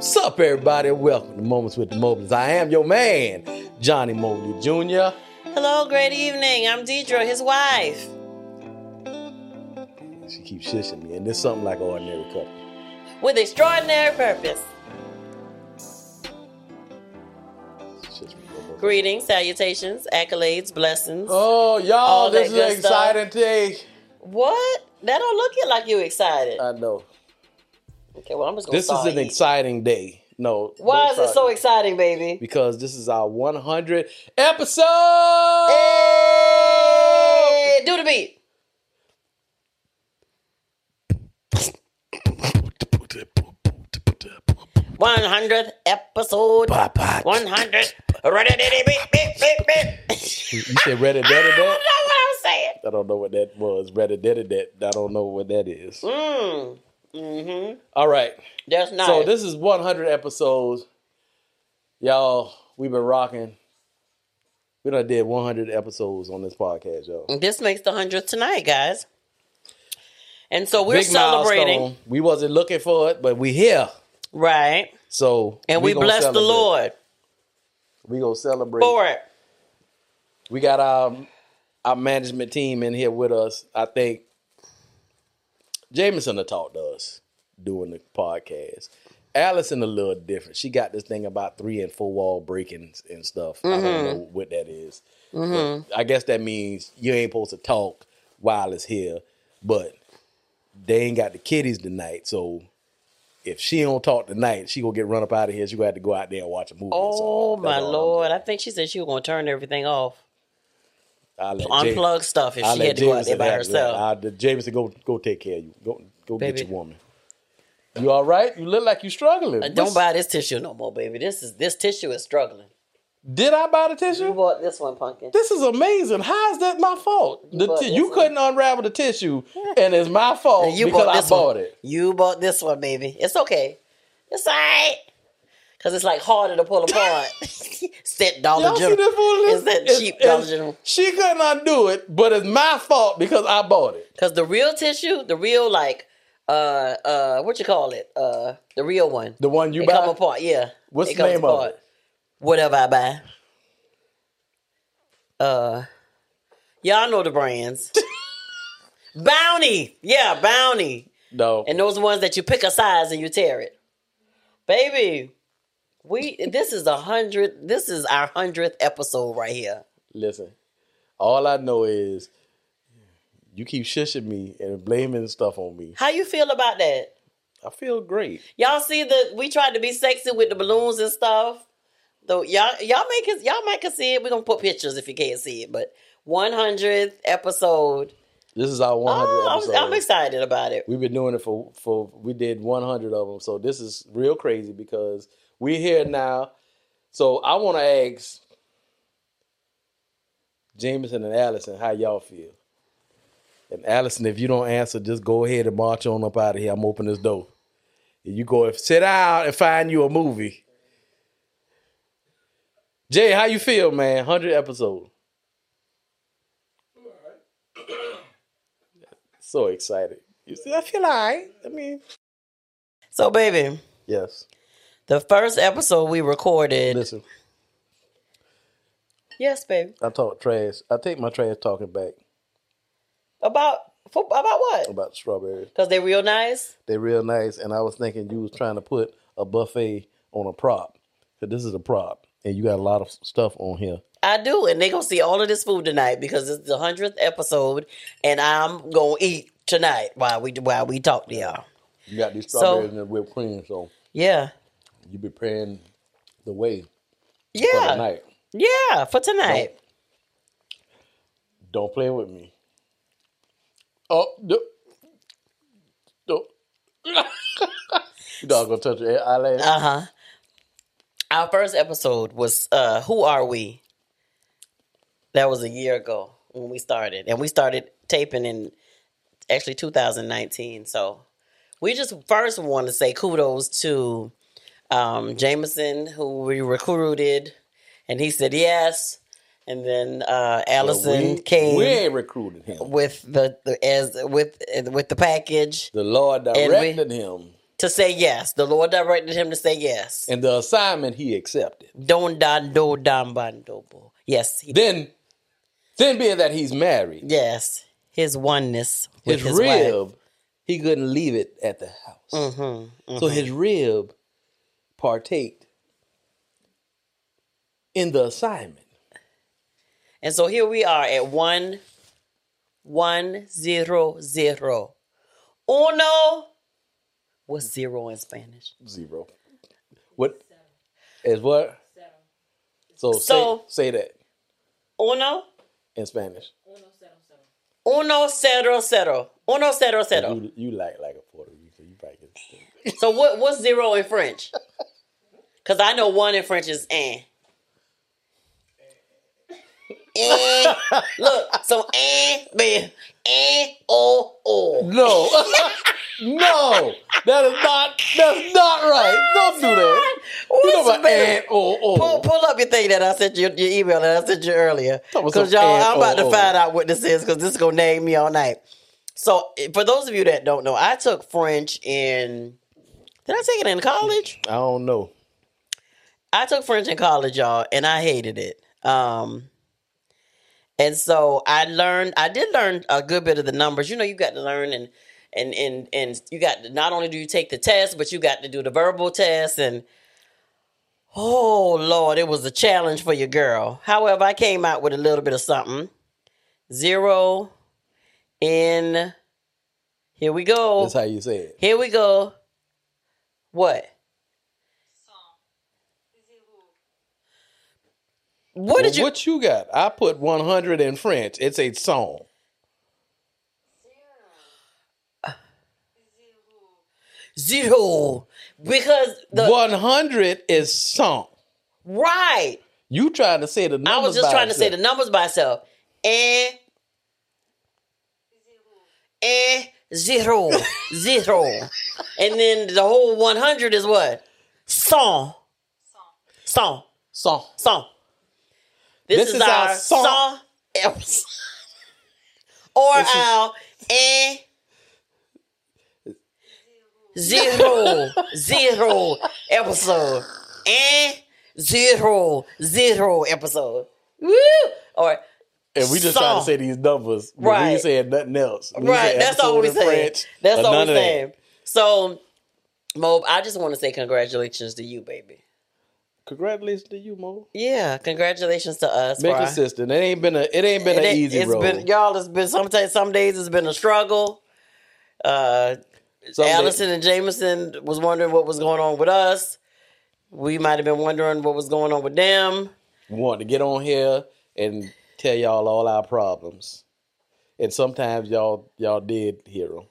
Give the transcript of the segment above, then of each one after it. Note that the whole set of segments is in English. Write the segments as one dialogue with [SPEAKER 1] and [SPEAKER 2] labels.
[SPEAKER 1] Sup, everybody? Welcome to Moments with the Mobleys. I am your man, Johnny Mobley Jr.
[SPEAKER 2] Hello, great evening. I'm Deidre, his wife.
[SPEAKER 1] She keeps shushing me, and this something like ordinary couple.
[SPEAKER 2] With extraordinary purpose.
[SPEAKER 1] She shush me real good.
[SPEAKER 2] Greetings, salutations, accolades, blessings.
[SPEAKER 1] Oh, y'all,
[SPEAKER 2] All
[SPEAKER 1] this
[SPEAKER 2] that
[SPEAKER 1] is an
[SPEAKER 2] good stuff.
[SPEAKER 1] exciting thing.
[SPEAKER 2] What? That don't look it like you excited.
[SPEAKER 1] I know.
[SPEAKER 2] okay, well, I'm just going to
[SPEAKER 1] Uh, This is an exciting day. No.
[SPEAKER 2] Why is
[SPEAKER 1] don't
[SPEAKER 2] it so
[SPEAKER 1] start-
[SPEAKER 2] exciting, baby?
[SPEAKER 1] Because this is our 100 episode.
[SPEAKER 2] Hey, do the beat. One hundredth episode.
[SPEAKER 1] Bye-bye.
[SPEAKER 2] One hundred. Ready, diddy, beep, beep, beep, beep.
[SPEAKER 1] You said ready,
[SPEAKER 2] I
[SPEAKER 1] daddy,
[SPEAKER 2] don't know
[SPEAKER 1] that?
[SPEAKER 2] what I'm saying.
[SPEAKER 1] I don't know what that was. Ready, daddy, that. I don't know what that is.
[SPEAKER 2] Mm. Mm-hmm.
[SPEAKER 1] All right.
[SPEAKER 2] That's nice.
[SPEAKER 1] So this is 100 episodes. Y'all, we've been rocking. We done did 100 episodes on this podcast, y'all.
[SPEAKER 2] This makes the hundredth tonight, guys. And so we're
[SPEAKER 1] Big
[SPEAKER 2] celebrating,
[SPEAKER 1] milestone. We wasn't looking for it, but we here.
[SPEAKER 2] right?
[SPEAKER 1] So
[SPEAKER 2] And we,
[SPEAKER 1] gonna
[SPEAKER 2] bless the
[SPEAKER 1] celebrate.
[SPEAKER 2] Lord
[SPEAKER 1] We gonna celebrate.
[SPEAKER 2] for it.
[SPEAKER 1] We got our our management team in here with us. I think Jameson the talk to us doing the podcast. Allison a little different. She got this thing about three and four wall breakings and stuff. I
[SPEAKER 2] Mm-hmm.
[SPEAKER 1] don't know what that is. But I guess that means you ain't supposed to talk while it's here. But they ain't got the kiddies tonight, so if she don't talk tonight, she gonna get run up out of here. She gonna have to go out there and watch a movie. or something.
[SPEAKER 2] Oh my
[SPEAKER 1] That's all I'm
[SPEAKER 2] Lord! I think she said she was going to turn everything off,
[SPEAKER 1] I'll let James-
[SPEAKER 2] unplug stuff if
[SPEAKER 1] I'll
[SPEAKER 2] she
[SPEAKER 1] let
[SPEAKER 2] had to go out
[SPEAKER 1] Jameson
[SPEAKER 2] there by
[SPEAKER 1] handle that.
[SPEAKER 2] herself.
[SPEAKER 1] I'll, Uh, the- Jameson, go go take care of you. Go go get
[SPEAKER 2] Baby.
[SPEAKER 1] your woman. You all right? You look like you struggling.
[SPEAKER 2] Uh, Don't
[SPEAKER 1] What's-
[SPEAKER 2] buy this tissue no more, baby. This is this tissue is struggling.
[SPEAKER 1] Did I buy the
[SPEAKER 2] You
[SPEAKER 1] tissue?
[SPEAKER 2] bought this one, pumpkin.
[SPEAKER 1] This is amazing. How is that my fault? The
[SPEAKER 2] bought
[SPEAKER 1] ti-
[SPEAKER 2] this
[SPEAKER 1] you
[SPEAKER 2] one.
[SPEAKER 1] couldn't unravel the tissue, and it's my fault
[SPEAKER 2] You
[SPEAKER 1] because
[SPEAKER 2] bought
[SPEAKER 1] I
[SPEAKER 2] this
[SPEAKER 1] bought
[SPEAKER 2] one.
[SPEAKER 1] it.
[SPEAKER 2] You bought this one, baby. It's okay. It's all right. Cause it's like harder to pull apart. Set Dollar
[SPEAKER 1] Y'all see
[SPEAKER 2] General.
[SPEAKER 1] this foolishness?
[SPEAKER 2] It's that
[SPEAKER 1] It's-
[SPEAKER 2] cheap
[SPEAKER 1] it's-
[SPEAKER 2] Dollar General.
[SPEAKER 1] She could not do it, but it's my fault because I bought it.
[SPEAKER 2] Cause the real tissue, the real like, uh, uh, what you call it? Uh, the real one.
[SPEAKER 1] The one you
[SPEAKER 2] it
[SPEAKER 1] buy.
[SPEAKER 2] come apart. Yeah.
[SPEAKER 1] What's the
[SPEAKER 2] it comes
[SPEAKER 1] name of
[SPEAKER 2] apart.
[SPEAKER 1] it?
[SPEAKER 2] Whatever I buy. Uh, y'all know the brands. Bounty. Yeah, Bounty.
[SPEAKER 1] No,
[SPEAKER 2] And those ones that you pick a size and you tear it. Baby, we this is a hundred this is our hundredth episode right here.
[SPEAKER 1] listen. All I know is you keep shushing me and blaming stuff on me.
[SPEAKER 2] How you feel about that?
[SPEAKER 1] I feel great.
[SPEAKER 2] Y'all see the we tried to be sexy with the balloons and stuff. Though y'all y'all make us y'all might can see it. We're gonna put pictures if you can't see it, but one hundredth episode.
[SPEAKER 1] This is our 100
[SPEAKER 2] Oh, I'm-
[SPEAKER 1] episode.
[SPEAKER 2] I'm, excited about it.
[SPEAKER 1] We've been doing it for for we did 100 of them. So this is real crazy because we're here now. So I want to ask Jameson and Allison how y'all feel. And Allison, if you don't answer, just go ahead and march on up out of here. I'm opening this door. And you go sit out and find you a movie. Jay, how you feel, man? 100 episode. So excited. You see, I feel all right. I mean,
[SPEAKER 2] So baby,
[SPEAKER 1] yes.
[SPEAKER 2] the first episode we recorded.
[SPEAKER 1] Listen.
[SPEAKER 2] Yes, baby.
[SPEAKER 1] I talk trash. I take my trash talking back
[SPEAKER 2] About fo- about what?
[SPEAKER 1] about strawberries.
[SPEAKER 2] Because they real nice.
[SPEAKER 1] They're real nice, and I was thinking you was trying to put a buffet on a prop. So this is a prop, and you got a lot of stuff on here.
[SPEAKER 2] I do, and they gonna see all of this food tonight because it's the hundredth episode, and I'm gonna eat tonight while we while we talk to y'all.
[SPEAKER 1] You got these
[SPEAKER 2] So-
[SPEAKER 1] strawberries and the whipped cream, so
[SPEAKER 2] Yeah,
[SPEAKER 1] you be preparing the way for the
[SPEAKER 2] yeah,
[SPEAKER 1] night.
[SPEAKER 2] yeah, for tonight.
[SPEAKER 1] Don't play with me. Oh, no. no. you dog gonna touch your eyelash?
[SPEAKER 2] Uh huh. Our first episode was uh, "Who Are We?" That was a year ago when we started, and we started taping in actually 2019. So we just first want to say kudos to um, Jameson, who we recruited, and he said yes. And then uh, Allison
[SPEAKER 1] we,
[SPEAKER 2] came
[SPEAKER 1] We ain't recruiting him.
[SPEAKER 2] with the, the as with with the package.
[SPEAKER 1] The Lord
[SPEAKER 2] we-
[SPEAKER 1] directed him.
[SPEAKER 2] to say yes. The Lord directed him to say yes.
[SPEAKER 1] And the assignment he accepted.
[SPEAKER 2] Don don do don bando bo. Yes, he,
[SPEAKER 1] Then, then being that he's married,
[SPEAKER 2] yes, his oneness with
[SPEAKER 1] his,
[SPEAKER 2] his,
[SPEAKER 1] rib,
[SPEAKER 2] wife.
[SPEAKER 1] he couldn't leave it at the house.
[SPEAKER 2] Mm-hmm,
[SPEAKER 1] So his rib partaked in the assignment.
[SPEAKER 2] And so here we are at one, one zero zero, uno. What's zero in Spanish?
[SPEAKER 1] Zero. What? Is what? So,
[SPEAKER 2] So-
[SPEAKER 1] say, say that
[SPEAKER 2] Uno,
[SPEAKER 1] in Spanish.
[SPEAKER 2] uno cero cero, uno cero cero.
[SPEAKER 1] You, you like like a Puerto Rican. You probably get
[SPEAKER 2] So what? What's zero in French? Because I know one in French is eh. eh. Look, so eh, man, eh, oh, oh.
[SPEAKER 1] No. no. That is not that's not right. Don't do that. You know
[SPEAKER 2] What's
[SPEAKER 1] about
[SPEAKER 2] better?
[SPEAKER 1] and oh
[SPEAKER 2] Pull,
[SPEAKER 1] oh.
[SPEAKER 2] pull up your thing that I sent you, your email that I sent you earlier.
[SPEAKER 1] Talk about
[SPEAKER 2] Because
[SPEAKER 1] some
[SPEAKER 2] y'all, I'm about
[SPEAKER 1] NOO.
[SPEAKER 2] to find out what this is because this is going to nag me all night. So, eh, for those of you that don't know, I took French in. Did I take it in college?
[SPEAKER 1] I don't know.
[SPEAKER 2] I took French in college, y'all, and I hated it. Um, and so I learned, I did learn a good bit of the numbers. You know, you got to learn and and and and you got to, not only do you take the test, but you got to do the verbal test and oh lord, it was a challenge for your girl. However, I came out with a little bit of something. Zero in here we go.
[SPEAKER 1] That's how you say it.
[SPEAKER 2] Here we go. What? What did
[SPEAKER 1] Well,
[SPEAKER 2] you?
[SPEAKER 1] what you got? I put 100 in French. It's a song.
[SPEAKER 2] Zero. Because the
[SPEAKER 1] 100 is song.
[SPEAKER 2] right.
[SPEAKER 1] You trying to say the numbers
[SPEAKER 2] I was just
[SPEAKER 1] by
[SPEAKER 2] trying to say the
[SPEAKER 1] itself.
[SPEAKER 2] numbers by itself. And and zero. zero. And then the whole one hundred is what? Song. Song.
[SPEAKER 1] song.
[SPEAKER 2] Song. This, is, our song, episode. or
[SPEAKER 1] This is-
[SPEAKER 2] our eh. Zero, zero episode. Eh, zero, zero episode. Woo! Or
[SPEAKER 1] And we just trying to
[SPEAKER 2] song.
[SPEAKER 1] say these numbers. but We
[SPEAKER 2] Right.
[SPEAKER 1] ain't saying nothing else. We
[SPEAKER 2] right,
[SPEAKER 1] said
[SPEAKER 2] that's all
[SPEAKER 1] episode
[SPEAKER 2] we
[SPEAKER 1] in
[SPEAKER 2] saying.
[SPEAKER 1] French,
[SPEAKER 2] That's
[SPEAKER 1] or
[SPEAKER 2] all
[SPEAKER 1] none
[SPEAKER 2] we
[SPEAKER 1] of that.
[SPEAKER 2] saying. So, Mob, I just want to say congratulations to you, baby.
[SPEAKER 1] Congratulations to you, Mo.
[SPEAKER 2] Yeah, congratulations to us.
[SPEAKER 1] Been
[SPEAKER 2] for our-
[SPEAKER 1] consistent. It ain't been a it ain't been an
[SPEAKER 2] It-
[SPEAKER 1] easy
[SPEAKER 2] it's
[SPEAKER 1] road.
[SPEAKER 2] been y'all. It's been sometimes some days it's been a struggle. Uh,
[SPEAKER 1] Some days-
[SPEAKER 2] Allison and Jameson was wondering what was going on with us. We might have been wondering what was going on with them.
[SPEAKER 1] want to get on here and tell y'all all our problems. And sometimes y'all y'all did hear them.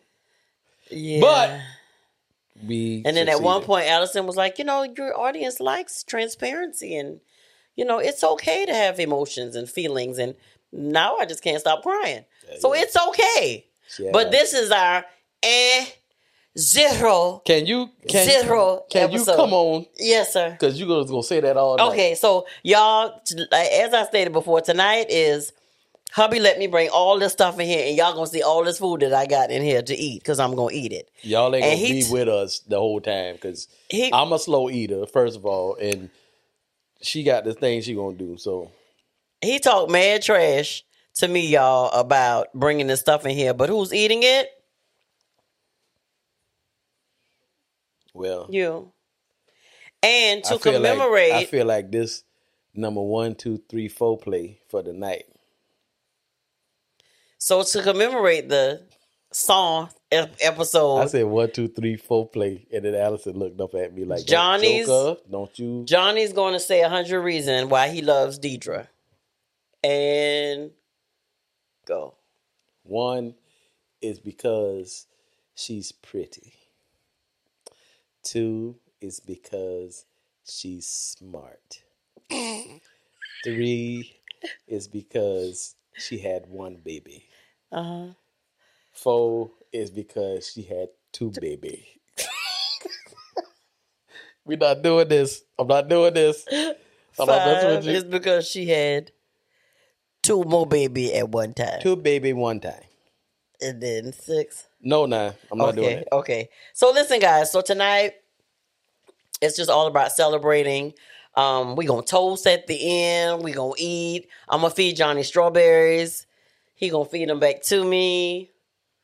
[SPEAKER 2] Yeah.
[SPEAKER 1] But we
[SPEAKER 2] and then at one
[SPEAKER 1] succeeded.
[SPEAKER 2] point, Allison was like, "You know, your audience likes transparency, and you know, it's okay to have emotions and feelings." And now I just can't stop crying, so
[SPEAKER 1] yeah.
[SPEAKER 2] it's okay.
[SPEAKER 1] Yeah.
[SPEAKER 2] But this is our eh zero.
[SPEAKER 1] can you can
[SPEAKER 2] Zero
[SPEAKER 1] can you
[SPEAKER 2] episode.
[SPEAKER 1] come on
[SPEAKER 2] Yes, sir.
[SPEAKER 1] because you gonna gonna say that all night.
[SPEAKER 2] Okay, so y'all, t- as I stated before, tonight is hubby. Let me bring all this stuff in here, and y'all gonna see all this food that I got in here to eat because I'm gonna eat it.
[SPEAKER 1] Y'all ain't gonna
[SPEAKER 2] And he
[SPEAKER 1] be
[SPEAKER 2] t-
[SPEAKER 1] with us the whole time because
[SPEAKER 2] He-
[SPEAKER 1] I'm a slow eater first of all, and she got this thing she gonna do. So
[SPEAKER 2] He talked mad trash to me, y'all, about bringing this stuff in here, but who's eating it?
[SPEAKER 1] well,
[SPEAKER 2] You. And to
[SPEAKER 1] I feel like-
[SPEAKER 2] commemorate,
[SPEAKER 1] I feel like this number one, two, three, four play for the night.
[SPEAKER 2] so to commemorate the song ep-
[SPEAKER 1] I
[SPEAKER 2] episode,
[SPEAKER 1] said one, two, three, four play, and then Allison looked up at me like, "Don't
[SPEAKER 2] Johnny's-
[SPEAKER 1] joke, huh? don't you?"
[SPEAKER 2] Johnny's going to say a hundred reasons why he loves Deidre, and go.
[SPEAKER 1] One is because she's pretty. Two is because she's smart. Three is because she had one baby.
[SPEAKER 2] Uh-huh.
[SPEAKER 1] Four is because she had two baby. We're not doing this. I'm not doing this. I'm not messing
[SPEAKER 2] Five
[SPEAKER 1] with you.
[SPEAKER 2] is because she had two more baby at one time,
[SPEAKER 1] Two baby one time.
[SPEAKER 2] and then six.
[SPEAKER 1] No, nah, I'm not doing
[SPEAKER 2] okay,
[SPEAKER 1] it.
[SPEAKER 2] okay. So listen, guys. So tonight, it's just all about celebrating. Um, we gonna toast at the end. We gonna eat. I'm gonna feed Johnny strawberries. He gonna feed them back to me.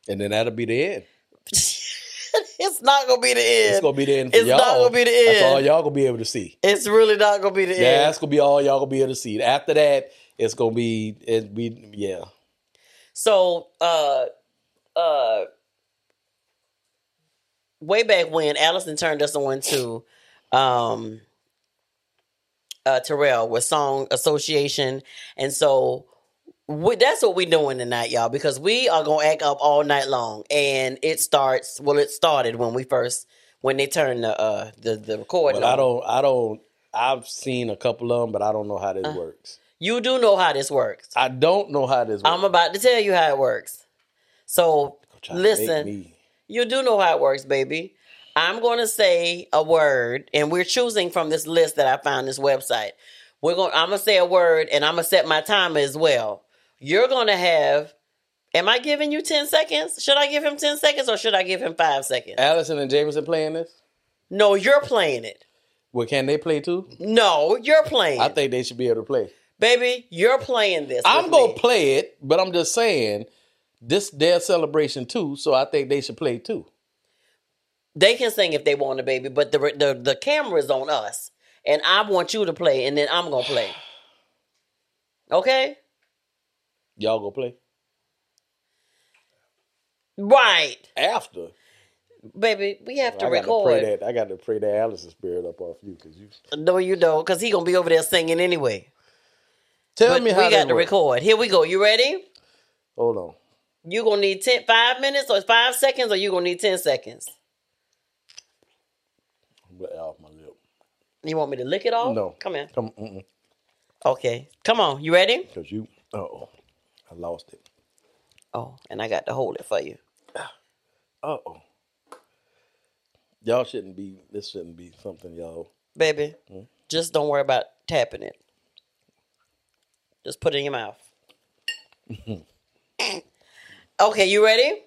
[SPEAKER 1] And then that'll be the end.
[SPEAKER 2] it's not gonna be the end.
[SPEAKER 1] It's
[SPEAKER 2] It's,
[SPEAKER 1] gonna be the end for
[SPEAKER 2] It's
[SPEAKER 1] y'all.
[SPEAKER 2] not gonna be the
[SPEAKER 1] That's
[SPEAKER 2] end.
[SPEAKER 1] all y'all gonna be able to see.
[SPEAKER 2] really not gonna be the
[SPEAKER 1] Yeah,
[SPEAKER 2] end.
[SPEAKER 1] that's gonna be all y'all gonna be able to see. After that, it's gonna be it be yeah.
[SPEAKER 2] So, uh, uh, way back when Allison turned us on to, um, uh, Terrell with Song Association, and so we, that's what we're doing tonight, y'all, because we are gonna act up all night long, and it starts. Well, it started when we first when they turned the uh the the recording.
[SPEAKER 1] But I
[SPEAKER 2] on.
[SPEAKER 1] don't I don't I've seen a couple of them, but I don't know how
[SPEAKER 2] Uh,
[SPEAKER 1] this works.
[SPEAKER 2] You do know how this works.
[SPEAKER 1] I don't know how this works.
[SPEAKER 2] I'm about to tell you how it works. So
[SPEAKER 1] Trying to make
[SPEAKER 2] listen.
[SPEAKER 1] me-
[SPEAKER 2] You do know how it works, baby. I'm going to say a word, and we're choosing from this list that I found this website. We're going. I'm going to say a word, and I'm going to set my timer as well. You're going to have. Am I giving you ten seconds? Should I give him ten seconds or should I give him five seconds?
[SPEAKER 1] Allison and Jameson playing this?
[SPEAKER 2] No, you're playing it.
[SPEAKER 1] Well, can they play too?
[SPEAKER 2] No, you're playing.
[SPEAKER 1] I think they should be able to play.
[SPEAKER 2] baby, you're playing this.
[SPEAKER 1] I'm
[SPEAKER 2] with
[SPEAKER 1] gonna
[SPEAKER 2] me.
[SPEAKER 1] play it, but I'm just saying this their celebration too, so I think they should play too.
[SPEAKER 2] They can sing if they want to, baby, but the the the camera's on us, and I want you to play, and then I'm gonna play. Okay.
[SPEAKER 1] Y'all gonna play
[SPEAKER 2] Right.
[SPEAKER 1] after.
[SPEAKER 2] Baby, we have to
[SPEAKER 1] I gotta pray
[SPEAKER 2] record.
[SPEAKER 1] that I gotta pray that Allison spirit up off you because you
[SPEAKER 2] No, you don't, because he gonna be over there singing anyway.
[SPEAKER 1] tell
[SPEAKER 2] but
[SPEAKER 1] me
[SPEAKER 2] we
[SPEAKER 1] how
[SPEAKER 2] got
[SPEAKER 1] that
[SPEAKER 2] to
[SPEAKER 1] works.
[SPEAKER 2] record. Here we go. You ready?
[SPEAKER 1] Hold on.
[SPEAKER 2] You gonna need ten, five minutes or five seconds, or you gonna need ten seconds.
[SPEAKER 1] I'm gonna off my lip.
[SPEAKER 2] You want me to lick it off?
[SPEAKER 1] No.
[SPEAKER 2] Come in.
[SPEAKER 1] Come mm
[SPEAKER 2] Okay. Come on. You ready?
[SPEAKER 1] because you uh oh. I lost it.
[SPEAKER 2] Oh, and I got to hold it for you.
[SPEAKER 1] Uh oh. Y'all shouldn't be this shouldn't be something y'all
[SPEAKER 2] Baby,
[SPEAKER 1] Mm.
[SPEAKER 2] just don't worry about tapping it. Just put it in your mouth. okay, you ready?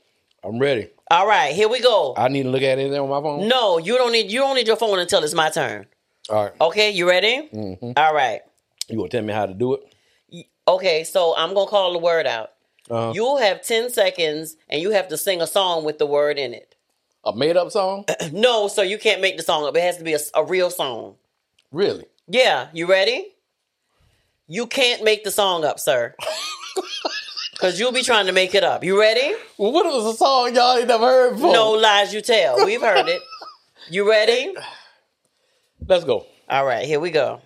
[SPEAKER 1] I'm ready.
[SPEAKER 2] All right, here we go.
[SPEAKER 1] I need to look at anything on my phone.
[SPEAKER 2] No, you don't need you don't need your phone until it's my turn.
[SPEAKER 1] All right.
[SPEAKER 2] Okay, you ready? All right.
[SPEAKER 1] You gonna tell me how to do it?
[SPEAKER 2] Y- Okay, so I'm gonna call the word out.
[SPEAKER 1] Uh,
[SPEAKER 2] You'll have ten seconds, and you have to sing a song with the word in it.
[SPEAKER 1] a made up song?
[SPEAKER 2] No, so you can't make the song up. It has to be a, s- a real song.
[SPEAKER 1] really?
[SPEAKER 2] Yeah, you ready? You can't make the song up, sir, because you'll be trying to make it up. You ready?
[SPEAKER 1] Well, what was a song y'all ain't never heard before?
[SPEAKER 2] No lies you tell. We've heard it. You ready?
[SPEAKER 1] Let's go.
[SPEAKER 2] All right, here we go.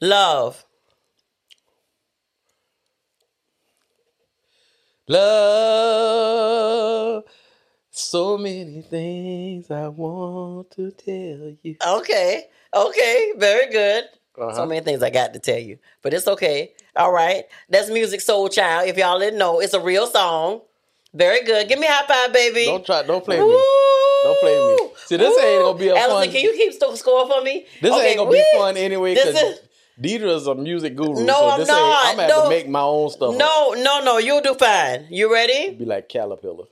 [SPEAKER 2] Love.
[SPEAKER 1] Love. So many things I want to tell you.
[SPEAKER 2] Okay. Okay. Very good.
[SPEAKER 1] Uh-huh.
[SPEAKER 2] So many things I got to tell you, but it's okay. All right. That's Music Soul Child. If y'all didn't know, it's a real song. Very good. Give me a high five, baby.
[SPEAKER 1] Don't try. Don't play
[SPEAKER 2] Woo!
[SPEAKER 1] me. Don't play me. See, this ain't gonna be a
[SPEAKER 2] Allison,
[SPEAKER 1] fun-
[SPEAKER 2] can you keep st- score for me?
[SPEAKER 1] This
[SPEAKER 2] Okay,
[SPEAKER 1] ain't gonna
[SPEAKER 2] woo!
[SPEAKER 1] be fun anyway.
[SPEAKER 2] This
[SPEAKER 1] Because
[SPEAKER 2] is-
[SPEAKER 1] Deidre's a music guru.
[SPEAKER 2] No,
[SPEAKER 1] so
[SPEAKER 2] I'm
[SPEAKER 1] this
[SPEAKER 2] not.
[SPEAKER 1] Ain't, I'm gonna have
[SPEAKER 2] No.
[SPEAKER 1] to make my own stuff. up.
[SPEAKER 2] No, no, no. You'll do fine. You ready?
[SPEAKER 1] Be like caterpillar.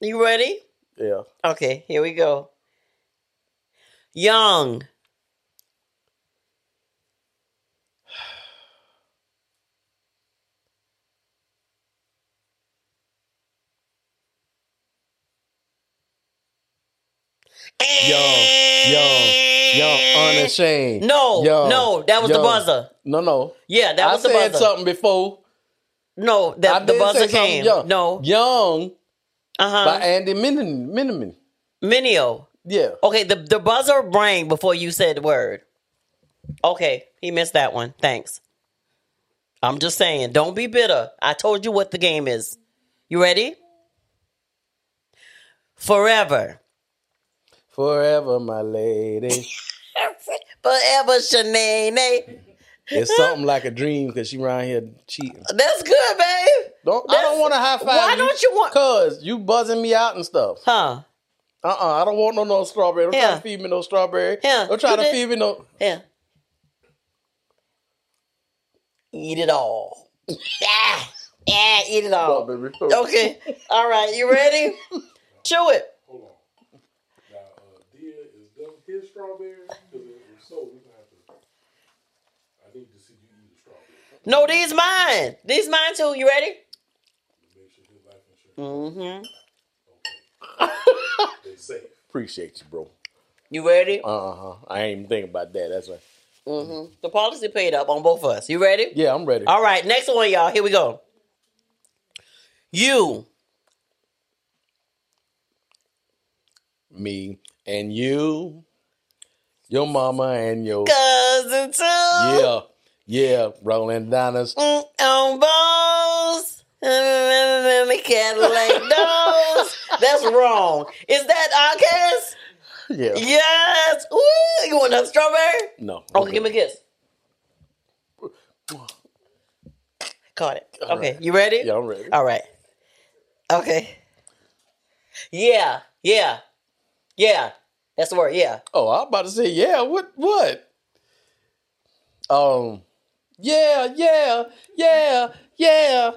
[SPEAKER 2] You ready?
[SPEAKER 1] Yeah.
[SPEAKER 2] Okay. Here we go. Young.
[SPEAKER 1] Young, young, young, unashamed.
[SPEAKER 2] No,
[SPEAKER 1] Young,
[SPEAKER 2] no, that was the
[SPEAKER 1] young.
[SPEAKER 2] buzzer.
[SPEAKER 1] No, no.
[SPEAKER 2] Yeah, that
[SPEAKER 1] I
[SPEAKER 2] was the
[SPEAKER 1] said
[SPEAKER 2] buzzer.
[SPEAKER 1] something before.
[SPEAKER 2] No,
[SPEAKER 1] I
[SPEAKER 2] that the
[SPEAKER 1] did say
[SPEAKER 2] buzzer
[SPEAKER 1] something
[SPEAKER 2] came.
[SPEAKER 1] Young.
[SPEAKER 2] No.
[SPEAKER 1] Young
[SPEAKER 2] Uh
[SPEAKER 1] by
[SPEAKER 2] huh.
[SPEAKER 1] Andy Miniman. Miniman.
[SPEAKER 2] Minio.
[SPEAKER 1] Yeah.
[SPEAKER 2] Okay, the, the buzzer rang before you said the word. Okay, he missed that one. Thanks. I'm just saying, don't be bitter. I told you what the game is. You ready? Forever.
[SPEAKER 1] Forever, my lady.
[SPEAKER 2] Forever, Shanae.
[SPEAKER 1] it's something like a dream because she around here cheating.
[SPEAKER 2] That's good, babe.
[SPEAKER 1] Don't, I
[SPEAKER 2] That's-
[SPEAKER 1] don't want to high five.
[SPEAKER 2] Why don't you want-
[SPEAKER 1] Cause you buzzing me out and stuff.
[SPEAKER 2] Huh.
[SPEAKER 1] Uh uh I don't want no no strawberry. Don't try
[SPEAKER 2] Yeah.
[SPEAKER 1] to feed me no strawberry.
[SPEAKER 2] Yeah,
[SPEAKER 1] Don't try
[SPEAKER 2] you
[SPEAKER 1] to
[SPEAKER 2] did.
[SPEAKER 1] feed me no.
[SPEAKER 2] Yeah. Eat it all. Ah. Ah, eat it all.
[SPEAKER 3] baby.
[SPEAKER 2] Okay. All right. You ready? Chew it.
[SPEAKER 4] Hold on. Now, uh, Dia is them his strawberry because it was so we gonna have to. I need to see you eat a strawberry.
[SPEAKER 2] No, these mine. These mine too. You ready?
[SPEAKER 4] Make sure his life insurance
[SPEAKER 2] Mm-hmm.
[SPEAKER 4] is safe.
[SPEAKER 1] Appreciate you, bro.
[SPEAKER 2] You ready?
[SPEAKER 1] Uh huh. I ain't even thinking about that. That's right.
[SPEAKER 2] Mm-hmm. The policy paid up on both of us. You ready?
[SPEAKER 1] Yeah, I'm ready.
[SPEAKER 2] All right. Next one, y'all. Here we go. You.
[SPEAKER 1] Me and you, your mama and your
[SPEAKER 2] Cousin too.
[SPEAKER 1] yeah, yeah, rolling dollars.
[SPEAKER 2] Mm, on balls. Mm, Cadillac dolls. That's wrong. Is that Outkast?
[SPEAKER 1] Yeah,
[SPEAKER 2] Yes. Ooh, you want another strawberry?
[SPEAKER 1] no. I'm
[SPEAKER 2] Okay, give me a
[SPEAKER 1] good.
[SPEAKER 2] kiss. Caught it. okay, you ready?
[SPEAKER 1] Yeah, I'm ready.
[SPEAKER 2] All right. Okay. Yeah, yeah, yeah. That's the word. Yeah.
[SPEAKER 1] Oh, I'm about to say yeah. What? What? Um, yeah, yeah, yeah, yeah,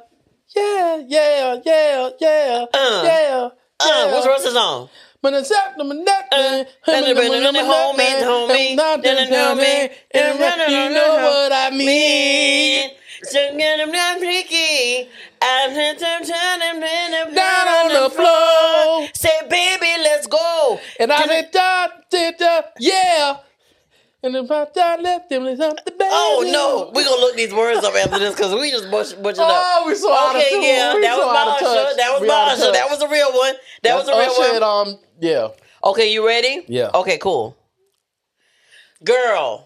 [SPEAKER 1] yeah, yeah, yeah, yeah,
[SPEAKER 2] Uh,
[SPEAKER 1] yeah.
[SPEAKER 2] Uh, what's the Uh, rest of the song?
[SPEAKER 1] When it's up, I'm not there.
[SPEAKER 2] and the brother, and the homie, and the homie,
[SPEAKER 1] I'm not there,
[SPEAKER 2] and the homie, and the brother,
[SPEAKER 1] You
[SPEAKER 2] and the
[SPEAKER 1] know what I
[SPEAKER 2] Me.
[SPEAKER 1] mean.
[SPEAKER 2] So good, I'm not picky. I'm not I'm not- I'm not- I'm
[SPEAKER 1] Down
[SPEAKER 2] not
[SPEAKER 1] on the floor.
[SPEAKER 2] Say, baby, let's go.
[SPEAKER 1] And I said, da, da, da, yeah. And if I die left him, it's up the baby.
[SPEAKER 2] Oh no, we're gonna look these words up after this because we just butch- butchered up.
[SPEAKER 1] Oh, we so out of
[SPEAKER 2] Okay,
[SPEAKER 1] tune.
[SPEAKER 2] yeah,
[SPEAKER 1] we
[SPEAKER 2] that
[SPEAKER 1] so
[SPEAKER 2] was
[SPEAKER 1] out
[SPEAKER 2] my
[SPEAKER 1] of
[SPEAKER 2] usher.
[SPEAKER 1] touch.
[SPEAKER 2] That was
[SPEAKER 1] We
[SPEAKER 2] my
[SPEAKER 1] out of
[SPEAKER 2] usher. That
[SPEAKER 1] touch.
[SPEAKER 2] was a real one. That was a real
[SPEAKER 1] Usher
[SPEAKER 2] one.
[SPEAKER 1] and, um, yeah.
[SPEAKER 2] Okay, you ready?
[SPEAKER 1] Yeah.
[SPEAKER 2] Okay, cool. Girl.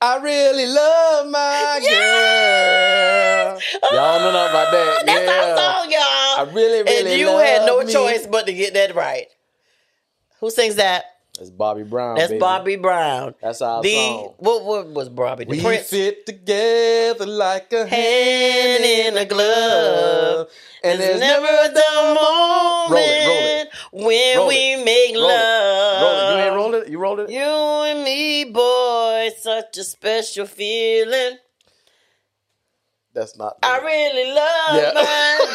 [SPEAKER 1] I really love my girl. Y'all know nothing about that.
[SPEAKER 2] Ah, That's
[SPEAKER 1] yeah.
[SPEAKER 2] our song, y'all.
[SPEAKER 1] I really, really
[SPEAKER 2] and you
[SPEAKER 1] love
[SPEAKER 2] had no
[SPEAKER 1] me.
[SPEAKER 2] choice but to get that right. Who sings that?
[SPEAKER 1] That's Bobby Brown.
[SPEAKER 2] That's
[SPEAKER 1] Oh, baby.
[SPEAKER 2] Bobby Brown.
[SPEAKER 1] That's our
[SPEAKER 2] the
[SPEAKER 1] song.
[SPEAKER 2] what what was Bobby? The
[SPEAKER 1] We
[SPEAKER 2] Prince.
[SPEAKER 1] fit together like a
[SPEAKER 2] Hand in a glove.
[SPEAKER 1] glove, and there's
[SPEAKER 2] There's never
[SPEAKER 1] never
[SPEAKER 2] the moment
[SPEAKER 1] Roll it, roll it.
[SPEAKER 2] when
[SPEAKER 1] Roll
[SPEAKER 2] we make
[SPEAKER 1] roll it.
[SPEAKER 2] love.
[SPEAKER 1] Roll it. You ain't rolled it. You rolled it.
[SPEAKER 2] You and me, boy, such a special feeling.
[SPEAKER 1] That's not.
[SPEAKER 2] I really love
[SPEAKER 1] Yeah.
[SPEAKER 2] my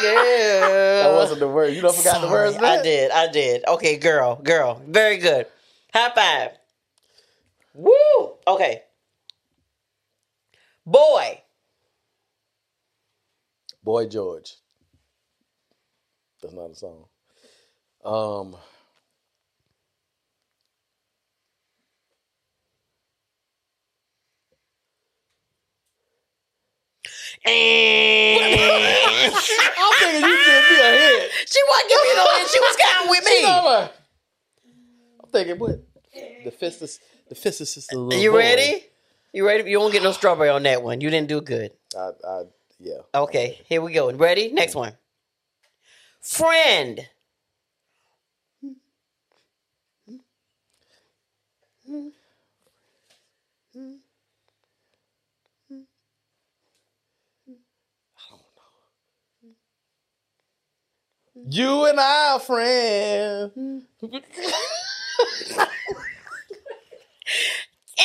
[SPEAKER 1] that
[SPEAKER 2] girl.
[SPEAKER 1] wasn't the word. You don't forgot the
[SPEAKER 2] Sorry,
[SPEAKER 1] words. man?
[SPEAKER 2] I did. I did. Okay, girl, girl, very good. High five. Woo. Okay. Boy.
[SPEAKER 1] Boy George. That's not a song. Um.
[SPEAKER 2] she
[SPEAKER 1] I'm thinking you give me a hit.
[SPEAKER 2] wasn't giving me no hint. She was kind with
[SPEAKER 1] You know
[SPEAKER 2] me.
[SPEAKER 1] what? I'm thinking what? The fist is the fist is just a little.
[SPEAKER 2] You
[SPEAKER 1] boy.
[SPEAKER 2] ready? You ready? You won't get no strawberry on that one. You didn't do good.
[SPEAKER 1] I, I, yeah.
[SPEAKER 2] Okay, here we go. Ready? Next one. Friend.
[SPEAKER 1] You and I, friend. Ah!